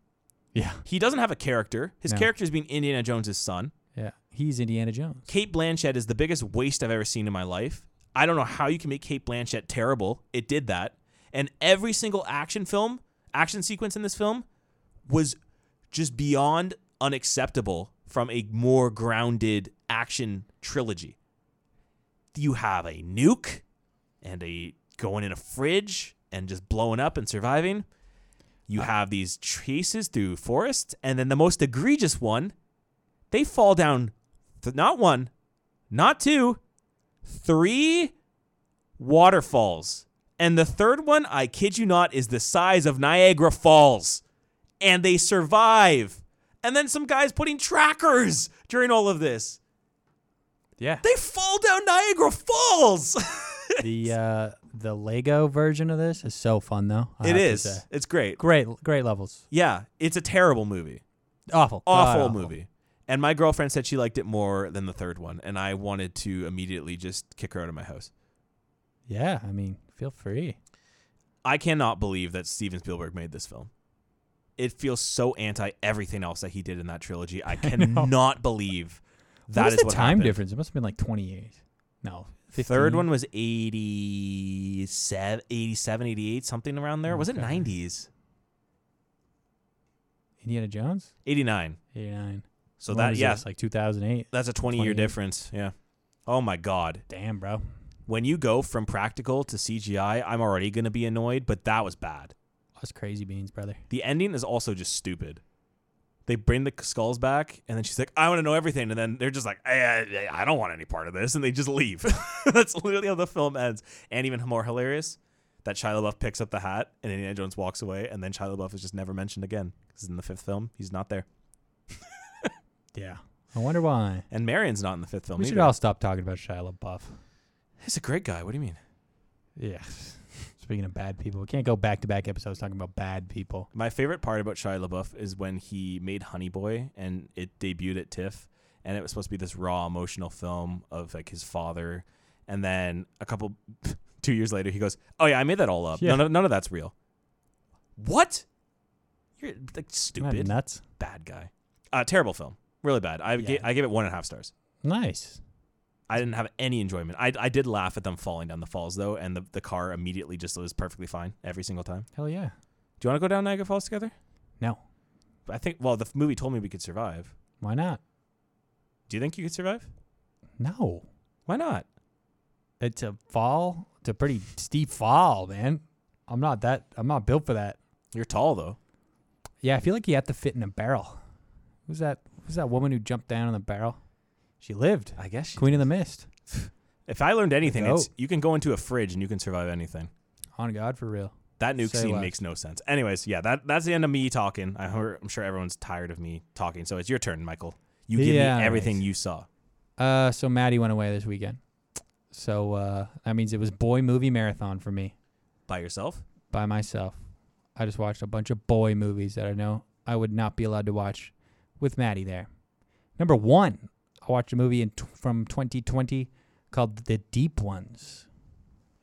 Yeah.
He doesn't have a character. His
No.
character is being Indiana Jones' son.
Yeah. He's Indiana Jones.
Kate Blanchett is the biggest waste I've ever seen in my life. I don't know how you can make Kate Blanchett terrible. It did that. And every single action film, action sequence in this film was just beyond unacceptable from a more grounded action trilogy. You have a nuke and a going in a fridge and just blowing up and surviving. You have these chases through forests, and then the most egregious one, they fall down th- not one, not two, three waterfalls. And the third one, I kid you not, is the size of Niagara Falls. And they survive. And then some guys putting trackers during all of this.
Yeah.
They fall down Niagara
(laughs)
Falls. (laughs)
the uh, the Lego version of this is so fun though. I
it
have to
is.
say.
It's great.
great. Great levels.
Yeah, it's a terrible movie.
Awful.
awful
God-awful.
movie. And my girlfriend said she liked it more than the third one, and I wanted to immediately just kick her out of my house.
Yeah. I mean, feel free.
I cannot believe that Steven Spielberg made this film. It feels so anti everything else that he
(laughs)
did in that trilogy. I cannot believe that
what
is
is the
what
time
happened.
difference? It must have been like 20 years. No.
Third
15.
one was 87, 87, 88, something around there. Was it
Okay.
90s?
Indiana Jones?
89.
89.
So
When
that,
was
yeah,
this, like 2008.
that's a 20 year
28.
difference. Yeah. Oh my God.
Damn, bro.
When you go from practical to CGI, I'm already going to be annoyed, but that was bad.
Us crazy beans, brother.
The ending is also just stupid. They bring the skulls back, and then she's like, "I want to know everything," and then they're just like, I, I, "I don't want any part of this," and they just leave. (laughs) That's literally how the film ends. And even more hilarious, that Shia LaBeouf picks up the hat, and Indiana Jones walks away, and then Shia LaBeouf is just never mentioned again because in the fifth film he's not there,
Yeah. I wonder why.
and Marion's not in the fifth film.
We should
either.
all stop talking about Shia LaBeouf.
He's a great guy. What do you mean?
Yeah. (laughs) Speaking of bad people, we can't go back to back episodes talking about bad people.
My favorite part about Shia LaBeouf is when he made Honey Boy and it debuted at TIFF, and it was supposed to be this raw emotional film of like his father, and then a couple, (laughs) two years later, he goes, "Oh yeah, I made that all up.
Yeah.
None of none of that's real." What? You're like
Isn't that
stupid,
Nuts.
bad guy. Uh, terrible film, really bad. I
Yeah.
gave, I gave it one and a half stars.
Nice.
I didn't have any enjoyment. I, I did laugh at them falling down the falls though, and the, the car immediately just was perfectly fine every single time.
Hell yeah.
Do you want to go down Niagara Falls together?
No.
I think. Well, the f- movie told me we could survive.
Why not?
Do you think you could survive?
No.
Why not?
It's a fall. It's a pretty steep fall, man. I'm not that. I'm not built for that.
You're tall though.
Yeah, I feel like you have to fit in a barrel. Who's that? Who's that woman who jumped down in the barrel? She lived.
I guess.
Queen of the Mist.
if I learned anything,
Go.
it's you can go into a fridge and you can survive anything.
On God, for real.
That nuke
Say
scene
less.
makes no sense. Anyways, yeah, that that's the end of me talking. I, heard- I'm sure everyone's tired of me talking, so it's your turn, Michael. You give
Yeah,
me everything
right.
you saw.
Uh, so Maddie went away this weekend. So uh, that means it was boy movie marathon for me
By yourself?
by myself. I just watched a bunch of boy movies that I know I would not be allowed to watch with Maddie there. Number one, I watched a movie in t- from 2020 called The Deep Ones,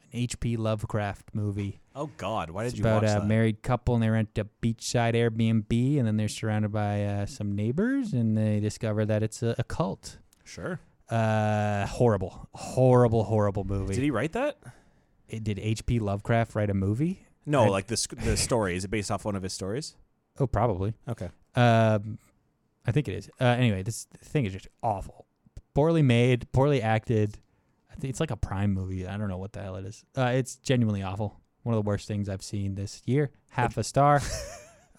an H.P. Lovecraft movie.
Oh God, why did
it's
you
about
watch
a
that?
married couple and they rent a beachside Airbnb and then they're surrounded by uh, some neighbors and they discover that it's a, a cult.
sure.
Uh, horrible, horrible, horrible movie.
Did he write that?
it, did H.P. Lovecraft write a movie?
No,
I-
like the sc- the story. Is it based off one of his stories?
Oh, probably.
Okay.
Um, I think it is. Uh, anyway, this thing is just awful, poorly made, poorly acted. I think it's like a Prime movie. I don't know what the hell it is. Uh, it's genuinely awful. One of the worst things I've seen this year. Half a star.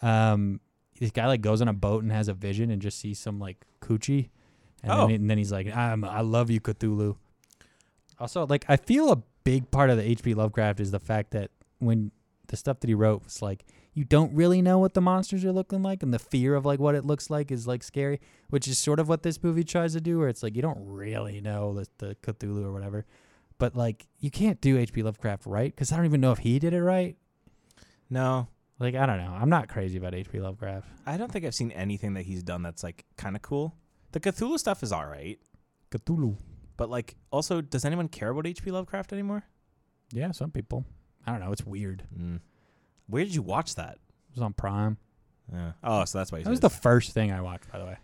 um, this guy like goes on a boat and has a vision and just sees some like coochie, and,
Oh.
then, and then he's like, "I'm I love you, Cthulhu." Also, like I feel a big part of the H.P. Lovecraft is the fact that when the stuff that he wrote was like you don't really know what the monsters are looking like and the fear of like what it looks like is like scary which is sort of what this movie tries to do where it's like you don't really know the, the cthulhu or whatever but like you can't do hp lovecraft right because i don't even know if he did it right
No,
like i don't know i'm not crazy about hp lovecraft
I don't think I've seen anything that he's done that's like kind of cool. The Cthulhu stuff is all right.
cthulhu
But like, also, does anyone care about H.P. Lovecraft anymore?
yeah some people i don't know it's weird it
Where did you watch that?
was on prime
Oh, so that's why you
that was
said
the first thing i watched by the way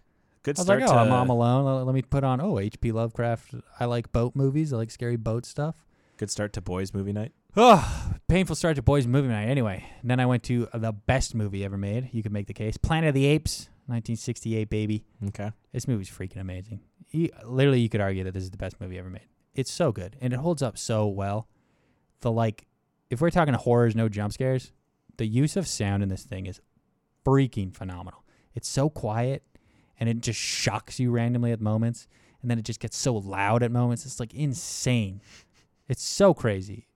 good
I was
start
like, oh,
to
I'm, I'm alone. Let- Let me put on, oh, H.P. Lovecraft. I like boat movies. I like scary boat stuff.
good start to boys movie night.
Oh, painful start to boys' movie night. Anyway, then I went to the best movie ever made. You could make the case: Planet of the Apes, 1968, baby.
Okay,
This movie's freaking amazing. You, literally, you could argue that this is the best movie ever made. It's so good, and it holds up so well. The like, if we're talking horrors, no jump scares. The use of sound in this thing is freaking phenomenal. It's so quiet, and it just shocks you randomly at moments, and then it just gets so loud at moments. It's like insane. It's so crazy.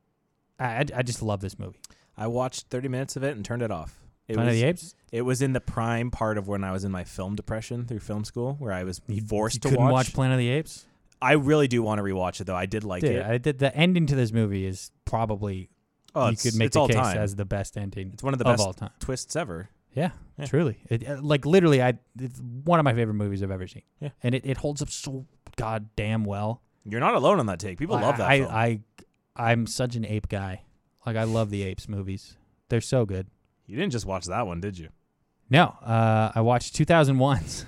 I, I, I just love this movie.
I watched 30 minutes of it and turned it off. It
Planet
was
of the Apes.
it was in the prime part of when I was in my film depression through film school, where I was
You-
forced
you
to
couldn't watch. Planet of the Apes.
I really do want to rewatch it though. I did like
Dude,
it.
I did the ending to this movie is probably
oh,
you
it's,
could make
it's
the
all
case
time.
as the best ending
it's one of the
of
best
all time.
twists ever.
Yeah,
Yeah.
truly. It, uh, like literally, I it's one of my favorite movies I've ever seen.
Yeah.
and it, it holds up so goddamn well.
You're not alone on that take. People
I,
love that.
I,
film.
I I'm such an ape guy. Like I love the apes movies. They're so good.
you didn't just watch that one, did you?
No, uh, I watched (laughs) 2001's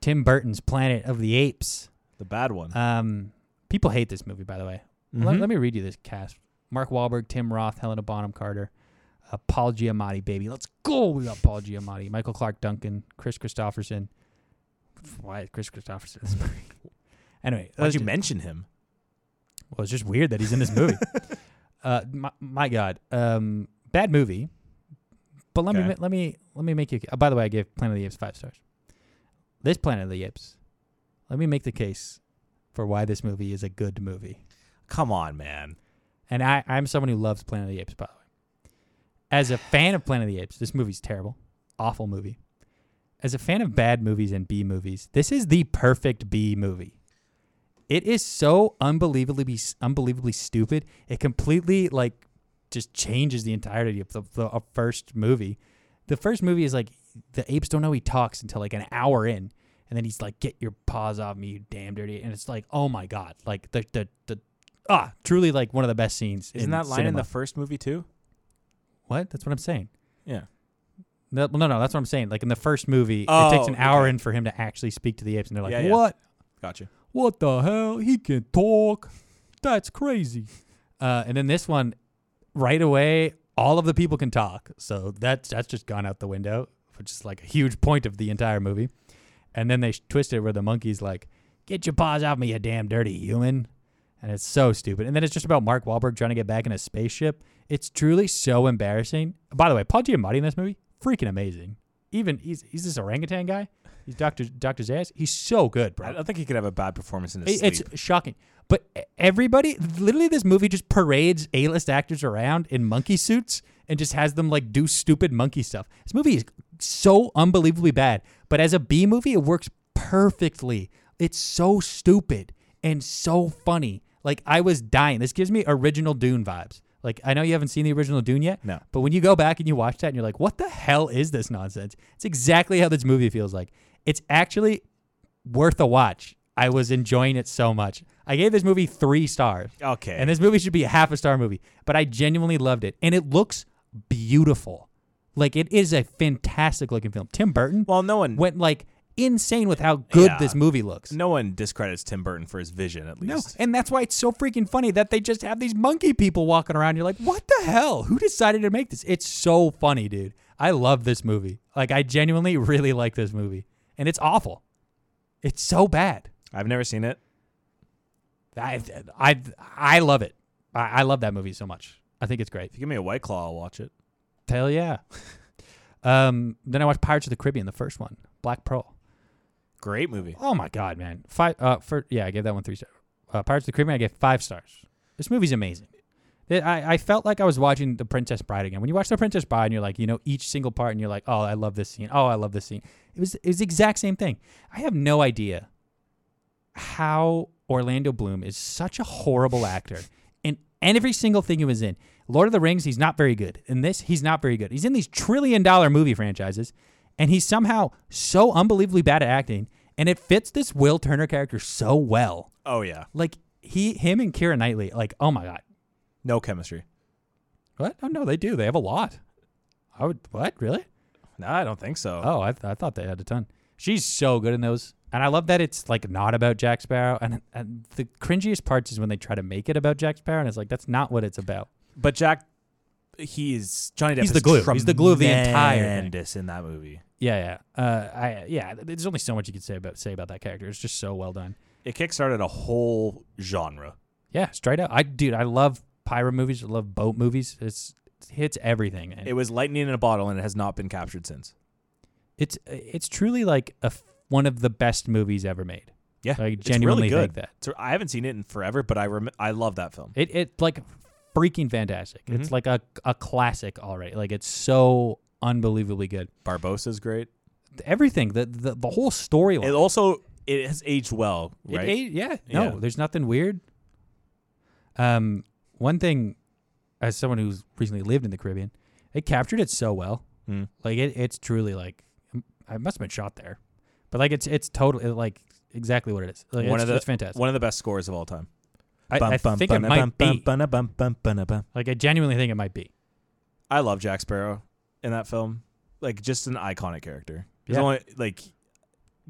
Tim Burton's Planet of the Apes.
The bad one. Mm-hmm.
Um, People hate this movie, by the way. Let, let me read you this cast: Mark Wahlberg, Tim Roth, Helena Bonham Carter, uh, Paul Giamatti, baby. Let's go. We got Paul Giamatti, Michael Clark Duncan, Chris Christopherson. Why is Chris Christopherson in this movie? (laughs) anyway,
Why'd
let's
you
do-
mention him?
well, it's just weird that he's in this
(laughs)
movie. uh, my, my God, um, bad movie. But let me
Okay.
let me let me make you. Uh, by the way, I gave Planet of the Apes five stars. This Planet of the Apes. Let me make the case for why this movie is a good movie.
Come on, man.
And I, I'm someone who loves Planet of the Apes, by the way. As a fan of Planet of the Apes, this movie's terrible. Awful movie. As a fan of bad movies and B movies, this is the perfect B movie. It is so unbelievably unbelievably stupid. It completely like just changes the entirety of the, the uh, first movie. The first movie is like the apes don't know he talks until like an hour in, and then he's like, "Get your paws off me, you damn dirty!" And it's like, "Oh my god!" Like the the the ah, truly like one of the best scenes.
Isn't
in
that line in
cinema.
the first movie too?
what? That's what I'm saying.
Yeah.
No, well, no, no, that's what I'm saying. Like in the first movie, it
Oh,
takes an hour
okay.
in for him to actually speak to the apes, and they're like,
Yeah, yeah.
"What?
Gotcha.
What the hell? He can talk? That's crazy." Uh, and then this one, right away, all of the people can talk, so that's that's just gone out the window, which is like a huge point of the entire movie. And then they sh- twist it where the monkey's like, "Get your paws off me, you damn dirty human." And it's so stupid. And then it's just about Mark Wahlberg trying to get back in a spaceship. It's truly so embarrassing. By the way, Paul Giamatti in this movie, freaking amazing. Even he's he's this orangutan guy. He's Doctor Doctor Zayas. He's so good,
I
bro.
don't think he could have a bad performance in his
It-
sleep.
It's shocking. But e- everybody, literally, this movie just parades A-list actors around in monkey suits and just has them like do stupid monkey stuff. This movie is so unbelievably bad, but as a B movie, it works perfectly. It's so stupid and so funny. Like I was dying. This gives me original Dune vibes. Like I know you haven't seen the original Dune yet.
No.
But when you go back and you watch that and you're like, what the hell is this nonsense? It's exactly how this movie feels like. It's actually worth a watch. I was enjoying it so much. I gave this movie three stars.
okay.
And this movie should be a half a star movie, but I genuinely loved it. And it looks beautiful. Like it is a fantastic looking film. Tim Burton
well, no one
went like insane with how good
Yeah.
this movie looks.
no one discredits Tim Burton for his vision at
No,
least.
and that's why it's so freaking funny that they just have these monkey people walking around. You're like, what the hell? Who decided to make this? It's so funny, dude. I love this movie. Like, I genuinely (laughs) really like this movie, and it's awful. It's so bad.
I've never seen it.
I, I, I love it. I, I love that movie so much. I think it's great.
If you give me a white claw, I'll watch it.
Hell yeah. (laughs) um, then I watched Pirates of the Caribbean, the first one, Black Pearl.
Great movie.
Oh my god, man! Five uh, for yeah, I gave that one three stars. Uh, Pirates of the Caribbean, I gave five stars. This movie's amazing. It- I, I felt like I was watching The Princess Bride again. When you watch The Princess Bride, and you're like, you know, each single part, and you're like, oh, I love this scene. Oh, I love this scene. It was it was the exact same thing. I have no idea how Orlando Bloom is such a horrible actor in every single thing he was in. Lord of the Rings, he's not very good. In this, he's not very good. He's in these trillion dollar movie franchises, and he's somehow so unbelievably bad at acting. And it fits this Will Turner character so well.
Oh yeah.
Like he, him, and Kira Knightley. Like, oh my god,
No chemistry.
what? Oh no, they do. They have a lot. I would what really?
No, I don't think so.
Oh, I, th- I thought they had a ton. She's so good in those, and I love that it's like not about Jack Sparrow. And, and the cringiest parts is when they try to make it about Jack Sparrow, and it's like that's not what it's about.
But Jack, he's Johnny Depp.
He's
is
the glue. He's the glue of the entire thing.
tremendous in that movie.
Yeah, yeah, uh, I yeah. There's only so much you can say about say about that character. It's just so well done.
It kickstarted a whole genre.
Yeah, straight up. I dude, I love pirate movies. I love boat movies. It's it hits everything. And
It was lightning in a bottle, and it has not been captured since.
it's it's truly like a f- one of the best movies ever made. (laughs)
Yeah,
I
it's
genuinely
really good.
think that.
So I haven't seen it in forever, but I rem- I love that film.
It it like freaking fantastic. It's
Mm-hmm.
like a a classic already. Like it's so unbelievably good.
Barbosa's great.
Everything the the, the whole
It
storyline.
also it has aged well,
It
right?
ate- yeah. No,
Yeah.
there's nothing weird. Um, one thing, as someone who's recently lived in the Caribbean, it captured it so well.
Hmm.
Like it, it's truly like I must have been shot there, but like it's it's totally like exactly what it is. Like,
One
it's,
of the-
it's fantastic.
One of the best scores of all time.
I, I think it might be. Like I genuinely think it might be.
I love Jack Sparrow in that film. Like just an iconic character. He's
Yeah.
only like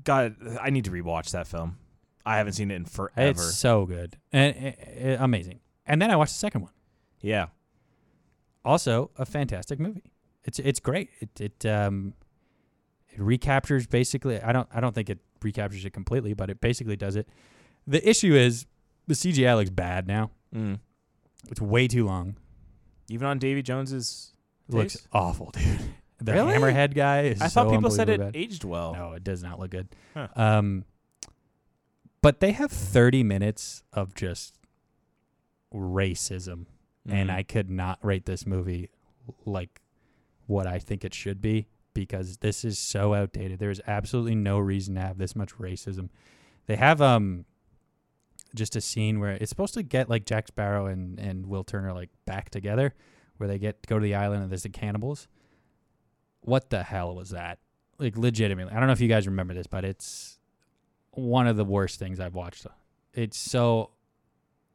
God, I need to rewatch that film. I haven't seen it in forever.
It's so good and uh, uh, amazing. And then I watched the second one.
yeah.
Also, a fantastic movie. It's it's great. It it um it recaptures basically. I don't I don't think it recaptures it completely, but it basically does it. The issue is the CGI looks bad now.
Mm.
It's way too long.
Even on Davy Jones's
It looks
Taste?
awful, (laughs) dude. The
Really?
hammerhead guy is.
I thought
so
people said it
unbelievably bad.
aged well.
No, it does not look good.
Huh.
Um, but they have 30 minutes of just racism, and
Mm.
I could not rate this movie like what I think it should be because this is so outdated. There is absolutely no reason to have this much racism. They have um just a scene where it's supposed to get like Jack Sparrow and and Will Turner like back together, where they get go to the island and there's the cannibals. What the hell was that? Like legitimately, I don't know if you guys remember this, but it's one of the worst things I've watched. It's so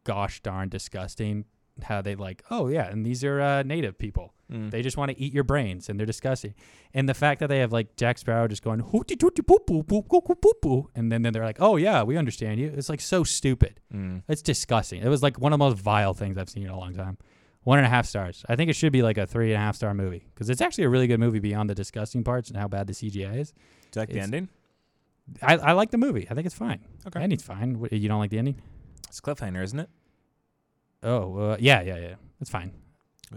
gosh darn disgusting how they like oh yeah and these are uh, native people
Mm.
they just want to eat your brains and they're disgusting and the fact that they have like jack sparrow just going hooty tooty poo poo poo poo poo poo poo and then, then they're like oh yeah we understand you it's like so stupid
Mm.
it's disgusting it was like one of the most vile things i've seen in a long time one and a half stars i think it should be like a three and a half star movie because it's actually a really good movie beyond the disgusting parts and how bad the cgi is
Do you like the
It's-
ending?
i, I like the movie i think it's fine
Okay.
the ending's fine What- you don't like the ending
It's cliffhanger, isn't it?
oh uh, yeah yeah yeah it's fine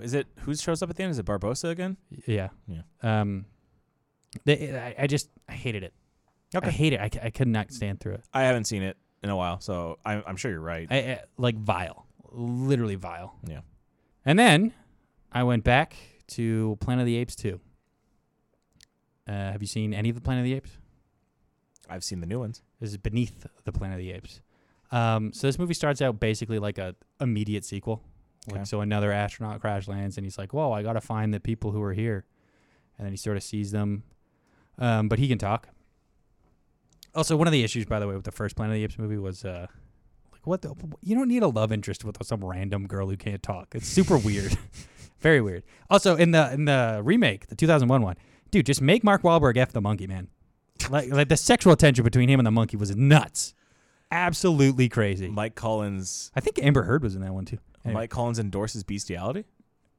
Is it who shows up at the end? Is it Barbosa again?
Yeah.
Yeah.
Um, they, I, I just I hated it. I hate it. I, c- I could not stand through it.
I haven't seen it in a while, so I'm, I'm sure you're right.
I, I like vile, literally vile.
Yeah.
And then I went back to Planet of the Apes two. Uh, have you seen any of the Planet of the Apes?
I've seen the new ones.
This is Beneath the Planet of the Apes. Um, so this movie starts out basically like a immediate sequel.
Okay.
Like so another astronaut crash lands and he's like, Whoa, I gotta find the people who are here. And then he sort of sees them. Um, but he can talk. Also, one of the issues, by the way, with the first Planet of the Apes movie was uh like what the you don't need a love interest with some random girl who can't talk. It's super weird. (laughs) Very weird. Also, in the in the remake, the two thousand one one, dude, just make Mark Wahlberg F the monkey, man (laughs) like like the sexual tension between him and the monkey was nuts, absolutely crazy.
Mike Collins.
I think Amber Heard was in that one too. Anyway,
Mike Collins endorses bestiality.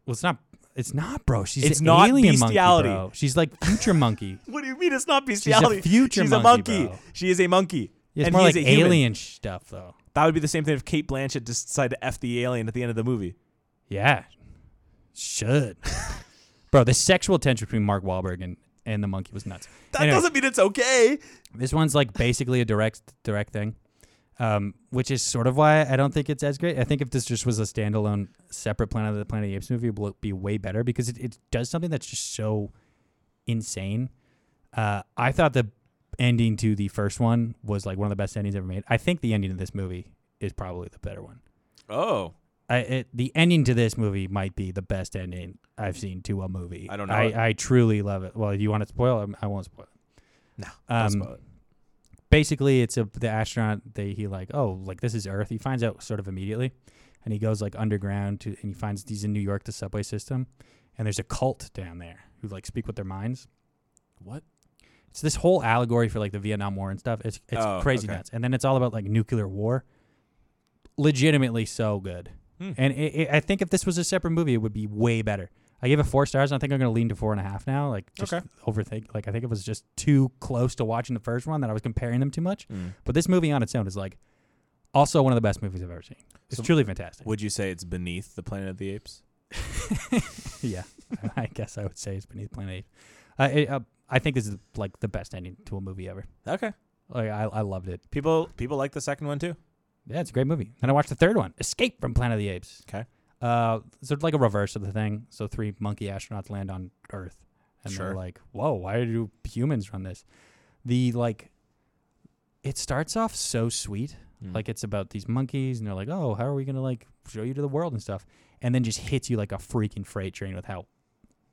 well, it's not, it's not, bro. She's
It's
an
not
alien
bestiality.
monkey, bro. She's like future
(laughs)
monkey.
What do you mean it's not
She's a
bestiality?
future
She's
monkey.
a
bro.
monkey. She is a monkey.
It's
and
more
he
like
is a human.
alien stuff, though.
That would be the same thing if Kate Blanchett just decided to f the alien at the end of the movie.
Yeah,
(laughs)
should, (laughs) bro. The sexual tension between Mark Wahlberg and and the monkey was nuts.
That
Anyway.
doesn't mean it's okay.
This one's like basically a direct direct thing, um, which is sort of why I don't think it's as great. I think if this just was a standalone, separate Planet of the Planet of the Apes movie, it would be way better because it, it does something that's just so insane. Uh, I thought the ending to the first one was like one of the best endings ever made. I think the ending of this movie is probably the better one.
Oh,
I, it, the ending to this movie might be the best ending I've seen to a movie.
I don't know it.
I, I truly love it. Well, if you want to spoil it, I won't spoil it.
No,
Um,
That's about it.
basically it's a the astronaut they he like oh like this is earth he finds out sort of immediately and he goes like underground to and he finds these in new york the subway system and there's a cult down there who like speak with their minds
What?
it's this whole allegory for like the vietnam war and stuff it's it's
Oh,
crazy
okay.
nuts and then it's all about like nuclear war legitimately so good
Hmm.
and it, it, i think if this was a separate movie it would be way better i gave it four stars and i think i'm going to lean to four and a half now like just
Okay.
overthink like i think it was just too close to watching the first one that i was comparing them too much
Mm.
but this movie on its own is like also one of the best movies I've ever seen. It's
So-
truly fantastic.
Would you say it's beneath the Planet of the Apes?
(laughs) yeah, (laughs) I guess I would say it's beneath Planet Eight. Uh, it, uh, I think this is like the best ending to a movie ever.
Okay.
Like I, I loved it.
People people like the second one too.
Yeah, it's a great movie. Then I watched the third one, Escape from Planet of the Apes.
'Kay.
Uh, sort of like a reverse of the thing. So three monkey astronauts land on Earth, and
Sure.
they're like, "Whoa, why do humans run this?" The like, it starts off so sweet.
Hmm. Mm.
Like it's about these monkeys, and they're like, "Oh, how are we gonna like show you to the world and stuff?" And then just hits you like a freaking freight train with how,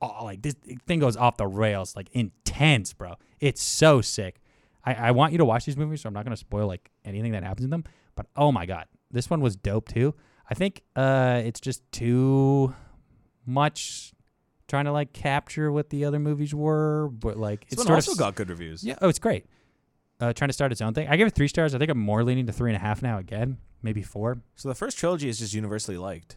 oh, like this thing goes off the rails, like intense, bro. It's so sick. I, I want you to watch these movies, so I'm not gonna spoil like anything that happens in them. But oh my god, this one was dope too. I think uh, it's just too much trying to like capture what the other movies were, but like
This
it's
one
sort
also
of
got good reviews.
yeah. Oh, it's great. uh, trying to start its own thing. I gave it three stars. I think I'm more leaning to three and a half now again, maybe four.
So the first trilogy is just universally liked.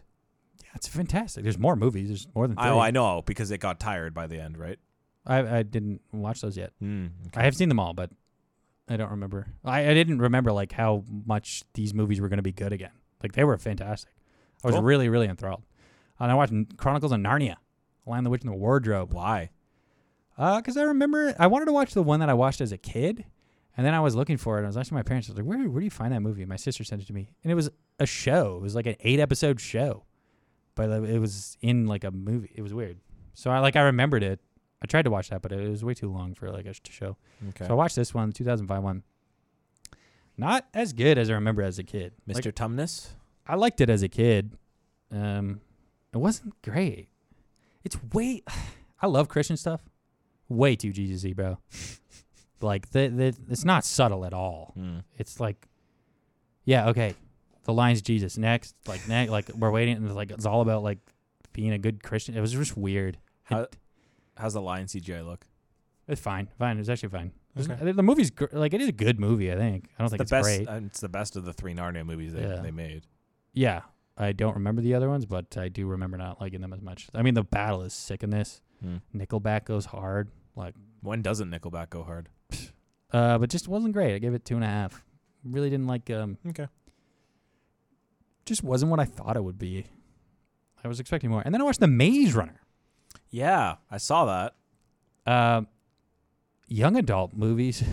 Yeah, it's fantastic. There's more movies. There's more than three.
I, oh, I know because it got tired by the end, right?
I, I didn't watch those yet.
Mm, okay.
I have seen them all, but I don't remember. I, I didn't remember like how much these movies were going to be good again. Like they were fantastic. I was
Cool.
really, really enthralled. And I watched N- Chronicles of Narnia, Lion, the Witch, and the Wardrobe.
Why?
Because Uh, I remember I wanted to watch the one that I watched as a kid, and then I was looking for it. And I was asking my parents, I was like, "Where, where do you find that movie?" My sister sent it to me, and it was a show. It was like an eight-episode show, but it was in like a movie. It was weird. So I like I remembered it. I tried to watch that, but it was way too long for like a sh- show.
Okay.
So I watched this one, 2005 one. Not as good as I remember as a kid. Like,
Mr. Tumnus?
I liked it as a kid. Um, it wasn't great. It's way. (sighs) I love Christian stuff. Way too Jesus-y, bro. (laughs) like the, the it's not subtle at all.
Mm.
It's like, yeah, okay. The line's Jesus next, like next, like we're waiting, and it's like it's all about like being a good Christian. It was just weird.
How, how's the lion CGI look?
It's fine, fine. It was actually fine. It was-
Okay.
The movie's gr- like it is a good movie. I think. I don't think
the
it's
best.
great.
uh, it's the best of the three Narnia movies they,
Yeah.
they made.
Yeah. I don't remember the other ones, but I do remember not liking them as much. I mean, the battle is sick in this.
Mm.
Nickelback goes hard, like,
When doesn't Nickelback go hard?
uh, but just wasn't great. I gave it two and a half. Really didn't like. Um,
Okay.
just wasn't what I thought it would be. I was expecting more. And then I watched The Maze Runner,
Yeah, I saw that.
Um young adult movies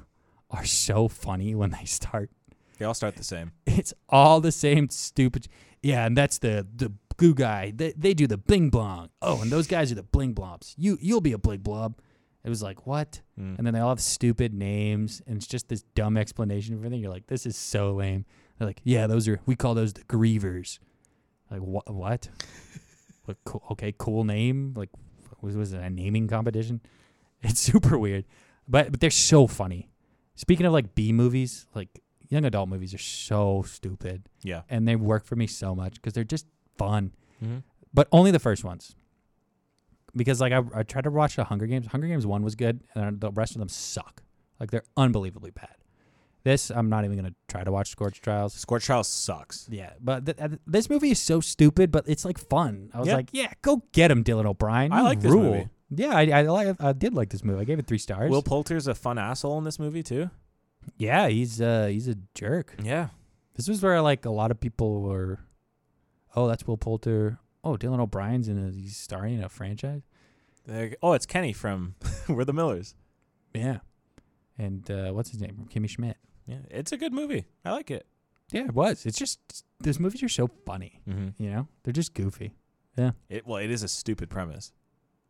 (laughs) are so funny when they start.
They all start the same.
It's all the same stupid. Yeah, and that's the the glue guy. They, they do the bling blong. Oh, and those guys are the bling blobs. You you'll be a bling blob. It was like what?
Mm.
And then they all have stupid names, and it's just this dumb explanation for everything. You're like, this is so lame. They're like, yeah, those are we call those the grievers. Like what? What? (laughs) what cool, okay, cool name. Like was was it a naming competition? (laughs) It's super weird, but but they're so funny. Speaking of like B movies, like young adult movies are so stupid
Yeah.
and they work for me so much because they're just fun. But only the first ones, because like I, I tried to watch the Hunger Games. Hunger Games one was good, and the rest of them suck. Like they're unbelievably bad. This I'm not even gonna try to watch Scorch Trials.
Scorch House sucks.
Yeah, but th- th- this movie is so stupid, but it's like fun. I was
Yeah.
like, yeah, go get him, Dylan O'Brien.
I
You
like this
rule.
movie.
Yeah, I, I, li- I did like this movie. I gave it three stars.
Will Poulter's a fun asshole in this movie too.
yeah, he's uh, he's a jerk.
Yeah.
This was where like a lot of people were, oh, that's Will Poulter. Oh, Dylan O'Brien's in a, he's starring in a franchise.
They're- oh, it's Kenny from (laughs) We're the Millers.
Yeah, and uh, what's his name? Kimmy Schmidt.
Yeah, it's a good movie. I like it.
Yeah, it was. It's just those movies are so funny.
Mm-hmm.
You know, they're just goofy, (laughs)
It well, it is a stupid premise.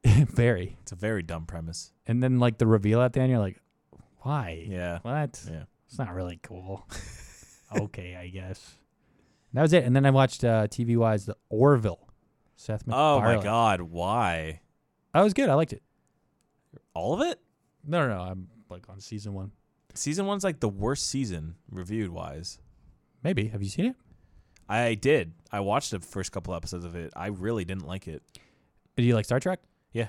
very.
It's a very dumb premise.
And then like the reveal at the end, you're like, why?
Yeah.
What?
Yeah.
It's not really cool. (laughs) okay, I guess. That was it. And then I watched uh, TV wise the Orville. Seth MacFarlane.
Oh my god, why?
that was good. I liked it.
All of it?
No, no, no. I'm like on season one.
Season one's like the worst season reviewed wise.
Maybe. Have you seen it?
I did. I watched the first couple episodes of it. I really didn't like it.
Oh, Do you like Star Trek?
Yeah.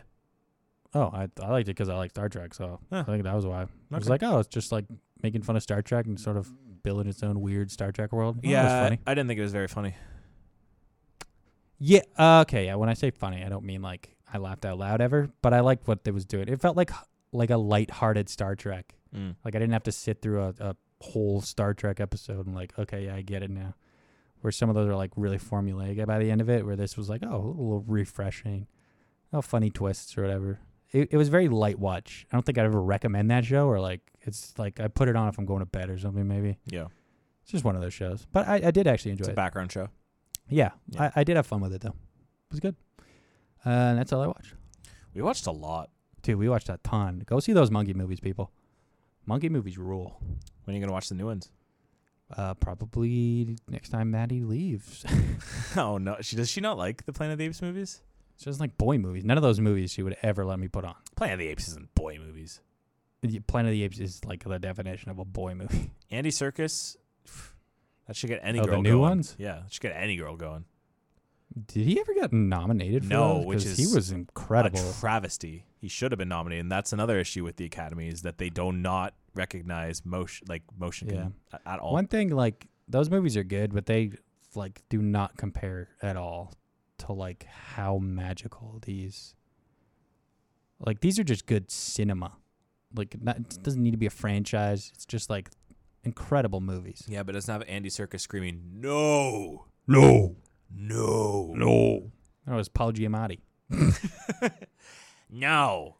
Oh, I I liked it because I like Star Trek, so
Huh.
I think that was why. I was
Okay.
like, oh, it's just like making fun of Star Trek and sort of building its own weird Star Trek world. Oh,
yeah,
that's funny.
I didn't think it was very funny.
Yeah. Uh, okay. Yeah. When I say funny, I don't mean like I laughed out loud ever, but I liked what they was doing. It felt like like a lighthearted Star Trek.
Mm.
Like I didn't have to sit through a, a whole Star Trek episode and like, okay, yeah, I get it now. Where some of those are like really formulaic by the end of it, where this was like, oh, a little refreshing, oh, funny twists or whatever. It, it was very light watch. I don't think I'd ever recommend that show, or like it's like I put it on if I'm going to bed or something. Maybe
Yeah,
it's just one of those shows. But I, I did actually enjoy
it's a
it.
background show.
Yeah,
Yeah.
I, I did have fun with it though. It was good. Uh, and that's all I watched.
We watched a lot.
Dude, we watched a ton. Go see those monkey movies, people. Monkey movies rule.
When are you gonna watch the new ones?
Uh, probably next time Maddie leaves.
(laughs)
(laughs)
oh no, she does she not like the Planet of the Apes movies?
she doesn't like boy movies. None of those movies she would ever let me put on.
Planet of the Apes isn't boy movies.
The Planet of the Apes is like the definition of a boy movie. (laughs)
Andy Circus, that should get any
Oh, the
girl
new
going.
ones?
Yeah, that should get any girl going.
Did he ever get nominated? For
No,
those?
which
'Cause
is
he was incredible.
A travesty. He should have been nominated, and that's another issue with the Academy is that they do not recognize motion like motion
Yeah.
con- at all.
One thing like those movies are good, but they like do not compare at all to like how magical these. Like these are just good cinema. Like not, it doesn't need to be a franchise. It's just like incredible movies.
Yeah, but it doesn't have Andy Circus screaming no, no, no, no,
That was Paul Giamatti.
no.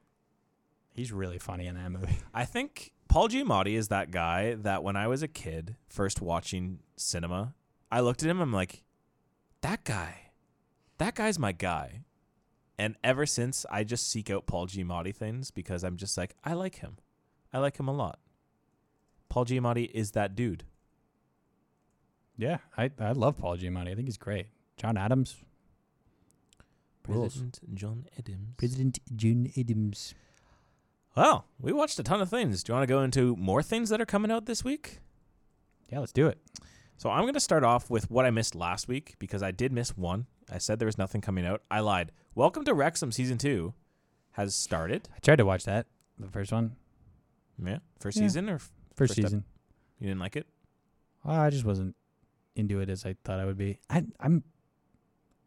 He's really funny in that movie. (laughs)
I think Paul Giamatti is that guy that when I was a kid, first watching cinema, I looked at him. I'm like, that guy, that guy's my guy. And ever since, I just seek out Paul Giamatti things because I'm just like, I like him. I like him a lot. Paul Giamatti is that dude.
Yeah, I I love Paul Giamatti. I think he's great. John Adams. Rules.
John Adams.
President John Adams.
Well, we watched a ton of things. Do you want to go into more things that are coming out this week?
Yeah, let's do it.
So I'm going to start off with what I missed last week because I did miss one. I said there was nothing coming out. I lied. Welcome to Wrexham season two has started.
I tried to watch that, the first one,
Yeah, first
Yeah.
season or f-
first,
First ep-
season.
you didn't like it?
Uh, I just wasn't into it as I thought I would be. I, I'm,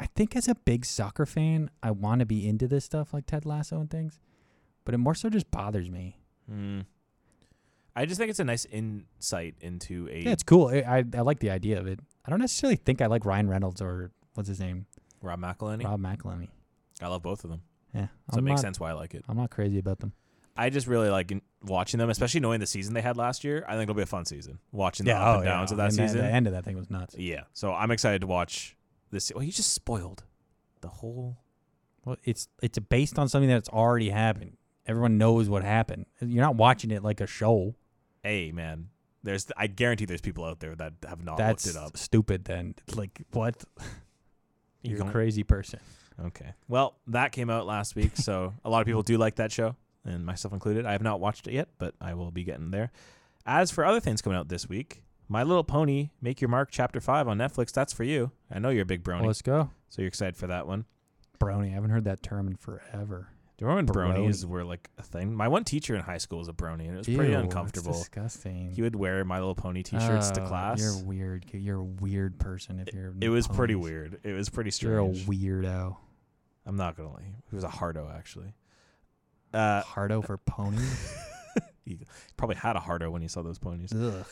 I think as a big soccer fan, I want to be into this stuff like Ted Lasso and things, but it more so just bothers me.
Mm. I just think it's a nice insight into a
Yeah, it's cool. I, I I like the idea of it. I don't necessarily think I like Ryan Reynolds or what's his name,
Rob McElhenney.
Rob McElhenney.
I love both of them,
Yeah,
so it
I'm
makes
not-
sense why I like it.
I'm not crazy about them.
I just really like in- watching them, especially knowing the season they had last year. I think it'll be a fun season watching the
oh,
up and downs of that
And the-
season.
The, end of that thing was nuts.
yeah, so I'm excited to watch this. Well, you just spoiled the whole
Well, it's it's based on something that's already happened. Everyone knows what happened. You're not watching it like a show.
hey man there's i guarantee there's people out there that have not
that's
looked it up
stupid. Then like what?
You
You're a
don't-
crazy person.
okay well that came out last week so a lot of people do like that show and myself included i have not watched it yet but i will be getting there as for other things coming out this week my little pony make your mark chapter 5 on netflix that's for you i know you're a big brony
Well, let's go.
so you're excited for that one
Brony. I haven't heard that term in forever.
do you remember when
Brony.
bronies were like a thing my one teacher in high school was a brony and it was pretty
Ew, that's
uncomfortable
disgusting.
he would wear my little pony t-shirts to
Oh,
class
You're weird. kid. You're a weird person if you're.
it was pretty
ponies.
weird it was pretty strange
You're a weirdo.
I'm not gonna lie. He was a hardo
(laughs)
actually. Uh,
Hardo for
(laughs)
ponies.
probably had a hardo when he saw those ponies.
Ugh.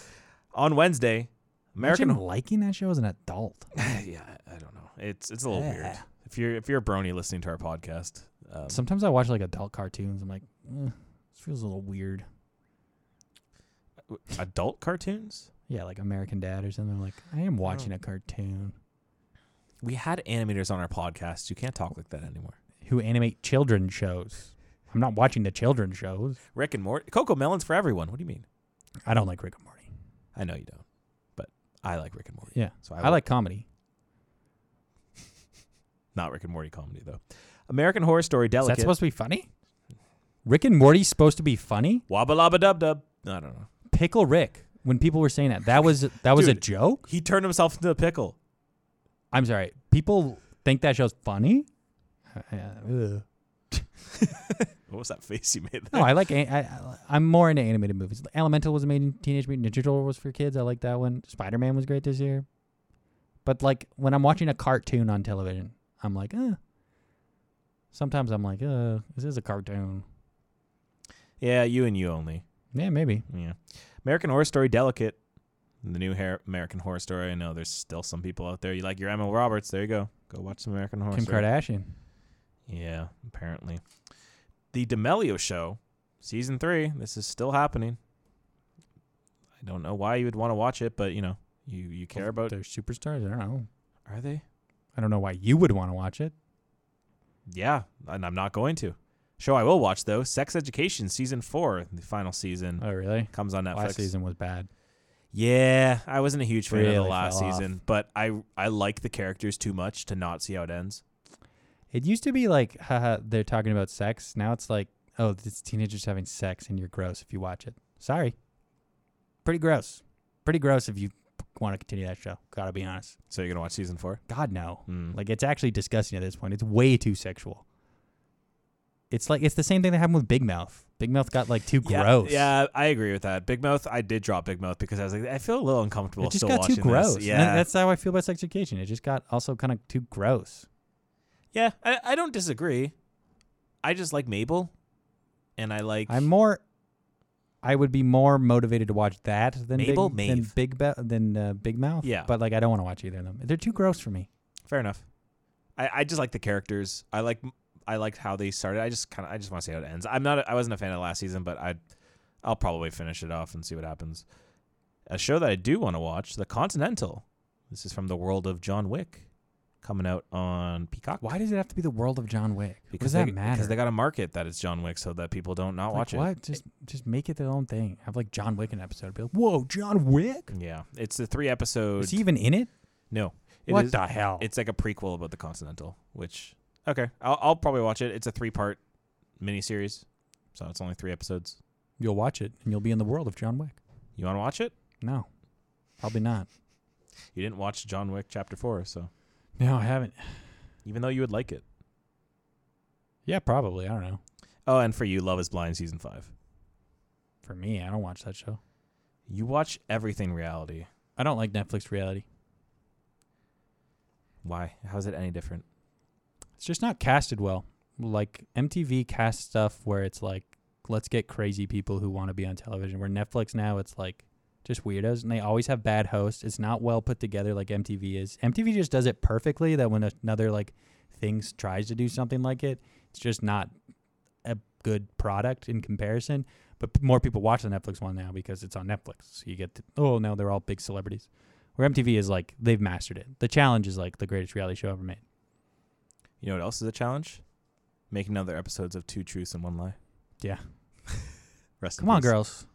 On Wednesday,
Imagine
American.
liking that show as an adult.
(laughs) yeah, I I don't know. It's it's a little weird.
Yeah.
If you're if you're a brony listening to our podcast, um,
Sometimes I watch like adult cartoons. I'm like, eh, this feels a little weird.
adult cartoons.
Yeah, like American Dad or something. I'm like, I am watching a cartoon.
We had animators on our podcast. You can't talk like that anymore.
Who animate children shows? I'm not watching the children shows.
Rick and Morty, Coco Melons for everyone. What do you mean?
I don't like Rick and Morty.
I know you don't, but I like Rick and Morty.
Yeah,
So
I
will-
like comedy.
not Rick and Morty comedy though. American Horror Story
Is that
Delicate.
supposed to be funny? Rick and Morty's supposed to be funny?
Wabba lobba dub dub. I don't know.
Pickle Rick. When people were saying that, that was that was a
Dude.
joke.
He turned himself into a pickle. (laughs)
I'm sorry. People think that show's funny. Uh, ugh.
What was that face you made?
no,
There?
I like. a- I, I'm more into animated movies. Elemental was amazing. Teenage Mutant Ninja Turtle was for kids. I like that one. Spider Man was great this year. But like when I'm watching a cartoon on television, I'm like, uh. Sometimes I'm like, uh, this is a cartoon.
Yeah, you and you only.
Yeah, maybe.
Yeah. American Horror Story Delicate. The new hair, American Horror Story. I know there's still some people out there. You like your Emma Roberts. There you go. Go watch some American Horror
Kim
Story.
Kardashian.
Yeah, apparently. The D'Amelio Show, season three. This is still happening. I don't know why you would want to watch it, but you know, you, you care about.
They're superstars. I don't know.
Are they?
I don't know why you would want to watch it.
Yeah, and I'm not going to. Show I will watch though. Sex Education season four, the final season
Oh, really?
comes on Netflix.
Last season was bad.
Yeah, I wasn't a huge fan of the
Really
last
fell
season, but I I like the characters too much to not see how it ends.
It used to be like, haha, they're talking about sex. Now it's like, oh, it's teenagers having sex, and you're gross if you watch it. Sorry. Pretty gross. Pretty gross if you want to continue that show. Gotta be honest.
So you're gonna watch season four?
God no.
Mm.
Like it's actually disgusting at this point. It's way too sexual. It's like it's the same thing that happened with Big Mouth. Big Mouth got like too
yeah,
gross.
Yeah, I agree with that. Big Mouth, I did drop Big Mouth because I was like, I feel a little uncomfortable.
It just
still
got too
watching
gross.
This.
And
Yeah,
that's how I feel about sex education. It just got also kind of too gross.
yeah. I, I don't disagree. I just like Mabel, and I like
I'm more. I would be more motivated to watch that than
Mabel?
Big, than
Maeve.
Big Be- than uh, Big Mouth.
Yeah.
but like I don't want to watch either of them. They're too gross for me.
Fair enough. I, I just like the characters. I like I liked how they started. I just kind of I just want to see how it ends. I'm not a, I wasn't a fan of last season, but I I'll probably finish it off and see what happens. A show that I do want to watch, The Continental. This is from the world of John Wick, coming out on Peacock.
Why does it have to be the world of John Wick? What
Because
does that
they,
matter?
Because they got to market that it's John Wick so that people don't not
Like,
watch
What? Just just make it their own thing. Have like John Wick in an episode. Be like, whoa, John Wick.
it. Yeah, it's a three episode.
Is he even in it?
no, it
what
is-
the hell?
It's like a prequel about the Continental, which okay, I'll, I'll probably watch it. It's a three part miniseries, so it's only three episodes.
you'll watch it and you'll be in the world of John Wick.
You want to watch it?
No, probably not.
You didn't watch John Wick Chapter Four, so
No, I haven't.
even though you would like it.
Yeah, probably. I don't know.
Oh, and for you, Love Is Blind season five.
For me, I don't watch that show.
You watch everything reality.
I don't like Netflix reality.
Why? How is it any different?
It's just not casted well. Like MTV casts stuff where it's like, let's get crazy people who want to be on television. Where Netflix now, it's like just weirdos, and they always have bad hosts. It's not well put together like MTV is. MTV just does it perfectly. That when another like things tries to do something like it, it's just not a good product in comparison. But p- more people watch the Netflix one now because it's on Netflix. So you get to, oh no, they're all big celebrities. Where MTV is like they've mastered it. The challenge is like the greatest reality show ever made.
You know what else is a challenge? Making other episodes of Two Truths and One Lie.
Yeah.
(laughs) Rest in
Come on,
peace.
girls.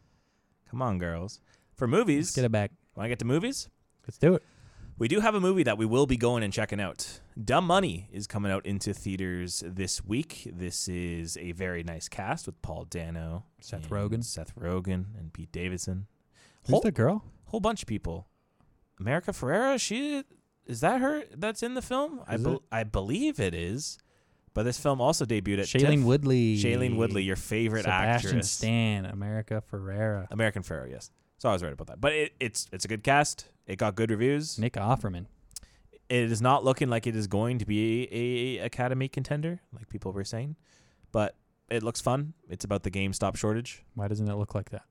Come on, girls. For
Let's
movies,
get it back.
want to get to movies?
Let's do it.
We do have a movie that we will be going and checking out. Dumb Money is coming out into theaters this week. This is a very nice cast with Paul Dano,
Seth
and
Rogen.
Seth Rogen, and Pete Davidson.
Who's
Whole,
the girl?
whole bunch of people. America Ferrera, she is that her that's in the film? I
Is
bel
it?
I believe it is. But this film also debuted at
Shailene
TIFF.
Woodley.
Shailene Woodley, your favorite
Sebastian
actress.
Stan, America Ferrera,
American Ferrera, yes. So I was right about that. But it, it's it's a good cast. It got good reviews.
Nick Offerman.
it is not looking like it is going to be a, a academy contender like people were saying but it looks fun it's about the gamestop shortage
Why doesn't it look like that?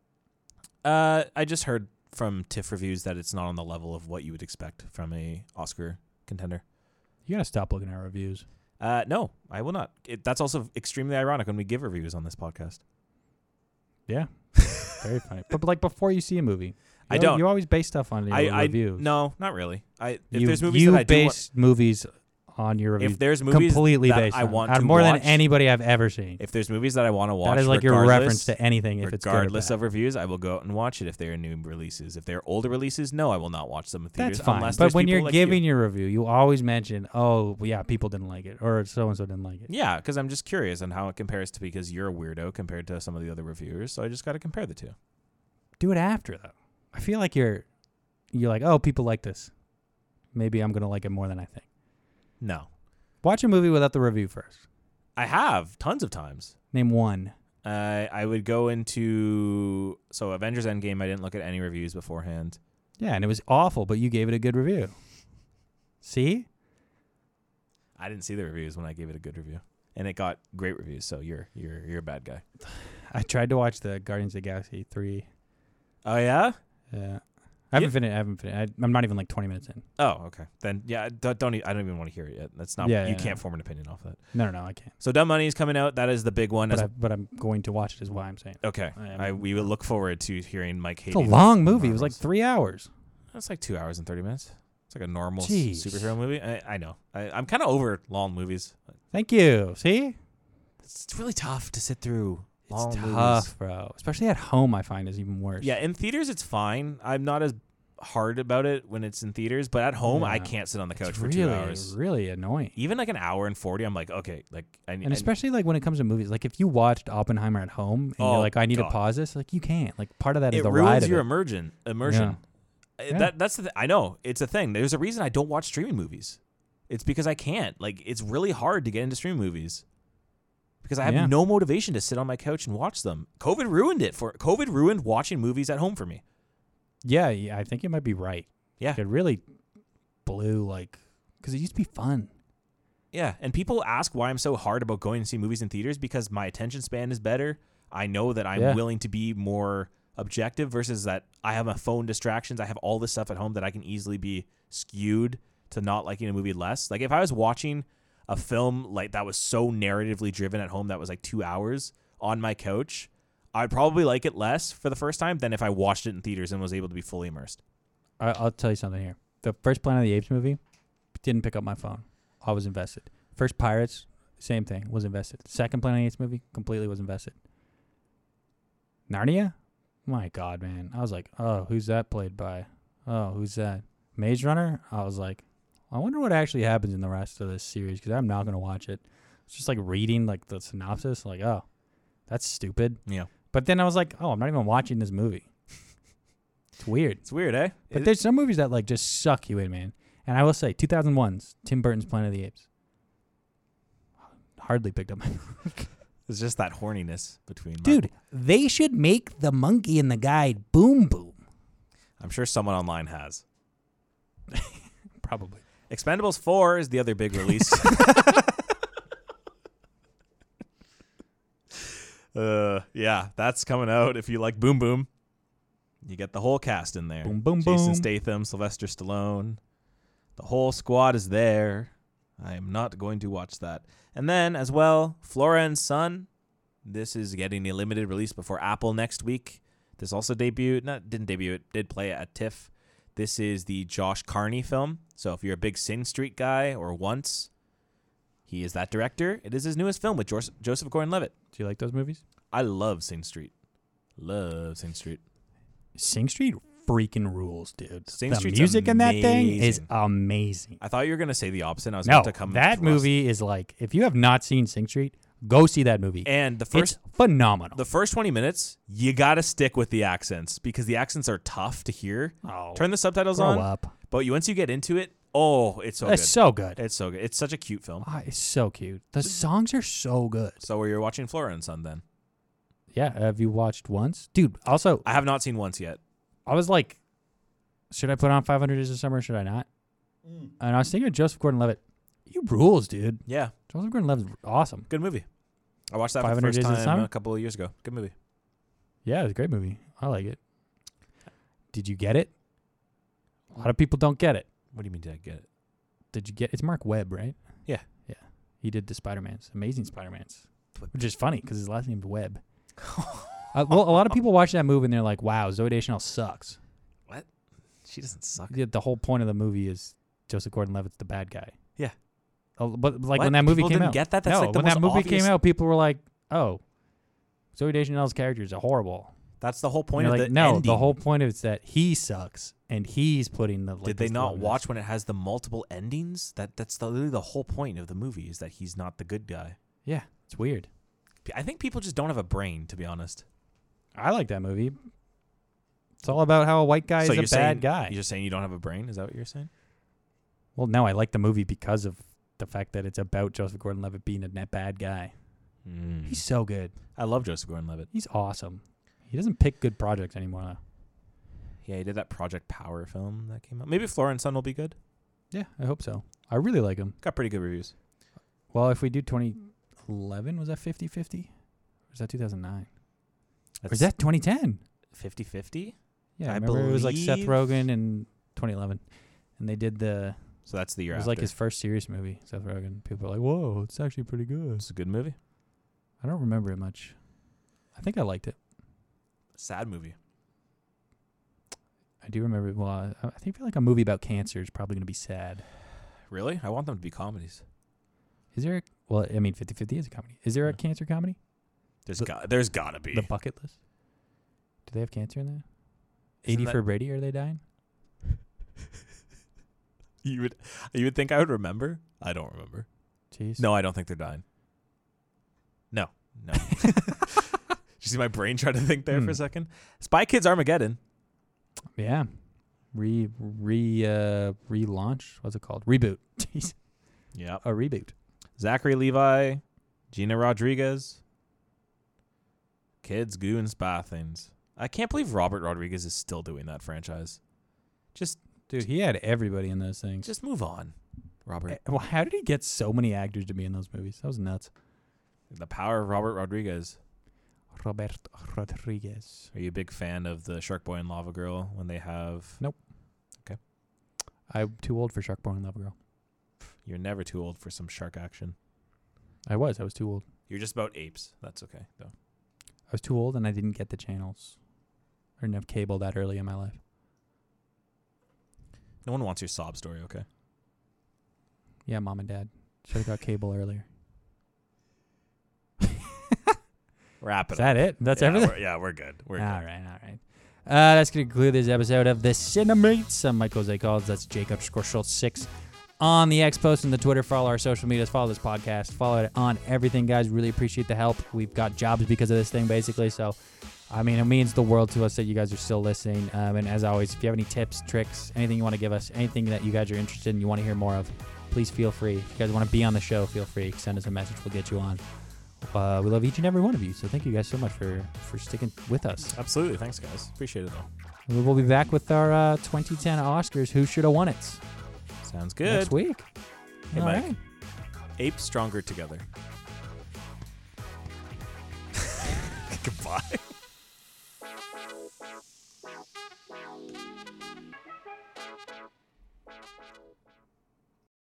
uh, i just heard from tiff reviews that it's not on the level of what you would expect from a oscar contender
You gotta stop looking at reviews.
uh, no i will not it, that's also extremely ironic when we give reviews on this podcast (laughs)
Yeah, very funny. But like before you see a movie, you
I
al-
don't.
You always based stuff on your
I, I
reviews.
no not really i if
you,
there's movies
you
that i do wa-
base movies on your reviews.
if there's movies
completely
that
based
i
on-
want
on
to
more
watch-
than anybody I've ever seen.
if there's movies that i want to watch
That is like your
regardless-
reference to anything. If it's good or
regardless
bad.
of reviews, I will go out and watch it if they are new releases. If they're older releases, no, I will not watch them in theaters.
That's fine.
Unless
But
there's
when
people
you're
like
giving
you.
your review, you always mention, oh, yeah, people didn't like it, or so and so didn't like it.
yeah, because I'm just curious on how it compares to because you're a weirdo compared to some of the other reviewers, so I just got to compare the two.
Do it after though. I feel like you're, you're like, oh, people like this. Maybe I'm gonna like it more than I think.
No,
Watch a movie without the review first.
I have tons of times.
Name one.
Uh, I would go into so Avengers Endgame. I didn't look at any reviews beforehand.
Yeah, and it was awful, but you gave it a good review. See,
I didn't see the reviews when I gave it a good review, and it got great reviews. So you're you're you're a bad guy.
I tried to watch the Guardians of the Galaxy three.
Oh yeah.
Yeah, I haven't finished. I haven't finished. I, I'm not even like 20 minutes in.
Oh okay. Then yeah. Don't, don't e- I don't even want to hear it yet. That's not.
Yeah,
you
yeah,
can't
yeah.
form an opinion off that.
No, no, no, I can't.
So Dumb Money is coming out. That is the big one.
But,
As,
I, but I'm going to watch it. Is why I'm saying.
okay.
I am-
I, we will look forward to hearing Mike
It's a
Hayden.
long movie. It was like
Marvels.
three hours.
That's like two hours and 30 minutes. It's like a normal s-
Jeez.
superhero movie. I, I know. I, I'm kind of over long movies.
Thank you. See,
It's really tough to sit through long
it's tough,
movies.
bro. Especially at home, I find is even worse.
Yeah, in theaters, it's fine. I'm not as hard about it when it's in theaters, but at home, I
Yeah.
can't sit on the couch
it's
for
really,
two hours.
really annoying.
Even like an hour and 40, I'm like, okay, like, I need.
And especially like when it comes to movies, like if you watched Oppenheimer at home and
Oh,
you're like, I need
God.
to pause this, like you can't. Like part of that is
it
the
ruins
ride of
your
it.
immersion. immersion. I-
Yeah.
That that's the th- I know it's a thing. There's a reason I don't watch streaming movies. It's because I can't. Like it's really hard to get into streaming movies because I have
Yeah.
no motivation to sit on my couch and watch them. COVID ruined it for COVID ruined watching movies at home for me.
Yeah, yeah, I think you might be right.
Yeah.
It really blew like because it used to be fun.
Yeah, and people ask why I'm so hard about going to see movies in theaters because my attention span is better. I know that I'm
Yeah.
willing to be more objective versus that I have my phone distractions. I have all this stuff at home that I can easily be skewed to not liking a movie less. Like if I was watching a film like that was so narratively driven at home that was like 2 hours on my couch, I'd probably like it less for the first time than if I watched it in theaters and was able to be fully immersed.
I, I'll tell you something here. The first Planet of the Apes movie didn't pick up my phone. I was invested. First Pirates, same thing, was invested. Second Planet of the Apes movie, completely was invested. Narnia, my God, man, I was like, oh, who's that played by? Oh, who's that? Maze Runner, I was like, I wonder what actually happens in the rest of this series because I'm not gonna watch it. It's just like reading like the synopsis, like, oh, that's stupid.
Yeah.
But then I was like, oh, I'm not even watching this movie. (laughs) it's weird.
It's weird, eh?
But
It-
there's some movies that like just suck you in, man. And I will say, 2001's Tim Burton's Planet of the Apes hardly picked up my
it's just that horniness between my-
dude. They should make the monkey and the guy boom boom.
I'm sure someone online has.
Probably.
Expendables 4 is the other big release. uh, yeah, that's coming out. If you like Boom Boom, you get the whole cast in there.
Boom, boom,
Jason
boom.
Statham, Sylvester Stallone. The whole squad is there. I am not going to watch that. And then, as well, Flora and Son. This is getting a limited release before Apple next week. This also debuted, not didn't debut, it did play at TIFF. This is the Josh Carney film. So if you're a big Sin Street guy or Once, he is that director. It is his newest film with Jors- Joseph Gordon-Levitt.
Do you like those movies?
I love Sin Street. Love Sin Street.
Sing Street freaking rules, dude.
Sing
the
Street's
music in that thing is
amazing.
amazing.
I thought you were gonna say the opposite. and I was
No,
about to come
that
thrust.
movie is like if you have not seen Sing Street, go see that movie.
And the first
it's phenomenal.
the first 20 minutes, you got to stick with the accents because the accents are tough to hear.
oh,
Turn the subtitles
grow
on,
up.
but you, once you get into it, oh, it's so
it's
good.
so good.
it's so good. It's such a cute film.
Ah, it's so cute. The songs are so good.
So where you're watching Flora and Son then.
Yeah, have you watched once? Dude, also,
I have not seen once yet.
I was like, should I put on 500 Days of Summer or should I not? And I was thinking of Joseph Gordon Levitt. He rules, dude.
Yeah,
Joseph Gordon Levitt's awesome.
good movie. I watched that for the
500
first
Days of
time
Summer?
a couple of years ago. Good movie.
Yeah, it's a great movie. I like it. Did you get it? A lot of people don't get it.
What do you mean did I
(laughs)
get it?
Did you get It's Mark Webb, right?
Yeah.
Yeah. He did the Spider Man's, Amazing Spider Man's,
But-
which is funny because his last name's Webb. uh, well, a lot of people watch that movie and they're like, wow, Zoe Deschanel sucks.
She doesn't suck.
Yeah, the whole point of the movie is Joseph Gordon-Levitt's the bad guy.
Yeah.
Oh, but like
What?
when that movie
People
came
didn't
out,
get that? That's
no,
like the
when that
most
movie
obvious-
came out, people were like, "Oh, Zoe Deschanel's character is horrible."
That's the whole point
And
of
you're like,
the
no,
ending.
the whole point is that he sucks and he's putting the. Like,
Did they
this
not
love-
watch when it has the multiple endings? That that's the, literally the whole point of the movie is that he's not the good guy.
Yeah, it's weird.
I think people just don't have a brain, to be honest.
I like that movie. It's all about how a white guy
so
is a
you're
bad
saying,
guy.
You're just saying you don't have a brain? Is that what you're saying?
Well, no, I like the movie because of the fact that it's about Joseph Gordon-Levitt being a net bad guy. He's so good.
Hmm. I love Joseph Gordon-Levitt.
He's awesome. He doesn't pick good projects anymore. Though.
Yeah, he did that Project Power film that came out. Maybe Florence Sun will be good.
Yeah, I hope so. I really like him.
Got pretty good reviews.
Well, if we do 2011, was that 50 50? Or is that 2009? Or is that 2010?
50-50?
Yeah, I,
I
remember it was like Seth
believe-
Rogen in 2011. And they did the,
So that's the
it
year
was
after.
like his first serious movie, Seth Rogen. People were like, whoa, it's actually pretty good.
It's a good movie.
I don't remember it much. I think I liked it.
Sad movie.
I do remember, well, I, I think feel like a movie about cancer is probably going to be sad.
Really? I want them to be comedies.
Is there, a, well, I mean, 50 50 is a comedy. Is there a
Yeah.
cancer comedy?
There's
The-
got there's gotta be.
The Bucket List? Do they have cancer in that?
Isn't
80
that-
for Brady, are they dying?
(laughs) you would you would think I would remember? I don't remember.
Jeez.
No, I don't think they're dying. No.
(laughs)
No. (laughs) Did you see my brain try to think there for
Hmm.
a second? Spy Kids Armageddon.
Yeah. re re uh, relaunch. What's it called? Reboot. Jeez,
Yep.
a reboot.
Zachary Levi, Gina Rodriguez, kids, goo, and spy things. I can't believe Robert Rodriguez is still doing that franchise. Just,
Dude, he had everybody in those things.
just move on, Robert.
Eh, Well, how did he get so many actors to be in those movies? That was nuts.
The power of Robert Rodriguez.
Roberto Rodriguez.
Are you a big fan of the Shark Boy and Lava Girl when they have?
I'm too old for Sharkboy and Love Girl.
You're never too old for some shark action.
I was. I was too old.
You're just about apes. That's okay though.
I was too old and I didn't get the channels. I didn't have cable that early in my life.
No one wants your sob story. Okay.
Yeah, mom and dad should have got cable
(laughs)
earlier.
Wrap
Is
it. up.
that it? That's
yeah,
everything.
We're, yeah, we're good. We're
All
good.
right, all right. Uh, that's going to conclude this episode of The Cinemates. I'm Michael Zay Collins. That's Jake underscore Schultz 6 on the X post and the Twitter. Follow our social medias. Follow this podcast. Follow it on everything, guys. Really appreciate the help. We've got jobs because of this thing, basically. So, I mean, it means the world to us that you guys are still listening. Um, and as always, if you have any tips, tricks, anything you want to give us, anything that you guys are interested in, you want to hear more of, please feel free. If you guys want to be on the show, feel free. Send us a message. We'll get you on. Uh, we love each and every one of you. So thank you guys so much for for sticking with us.
Absolutely. Thanks, guys. Appreciate it all.
We will be back with our uh, 2010 Oscars. Who should have won it
Sounds good.
next week?
Hey,
All
Mike.
right.
Apes stronger (laughs) together. Goodbye.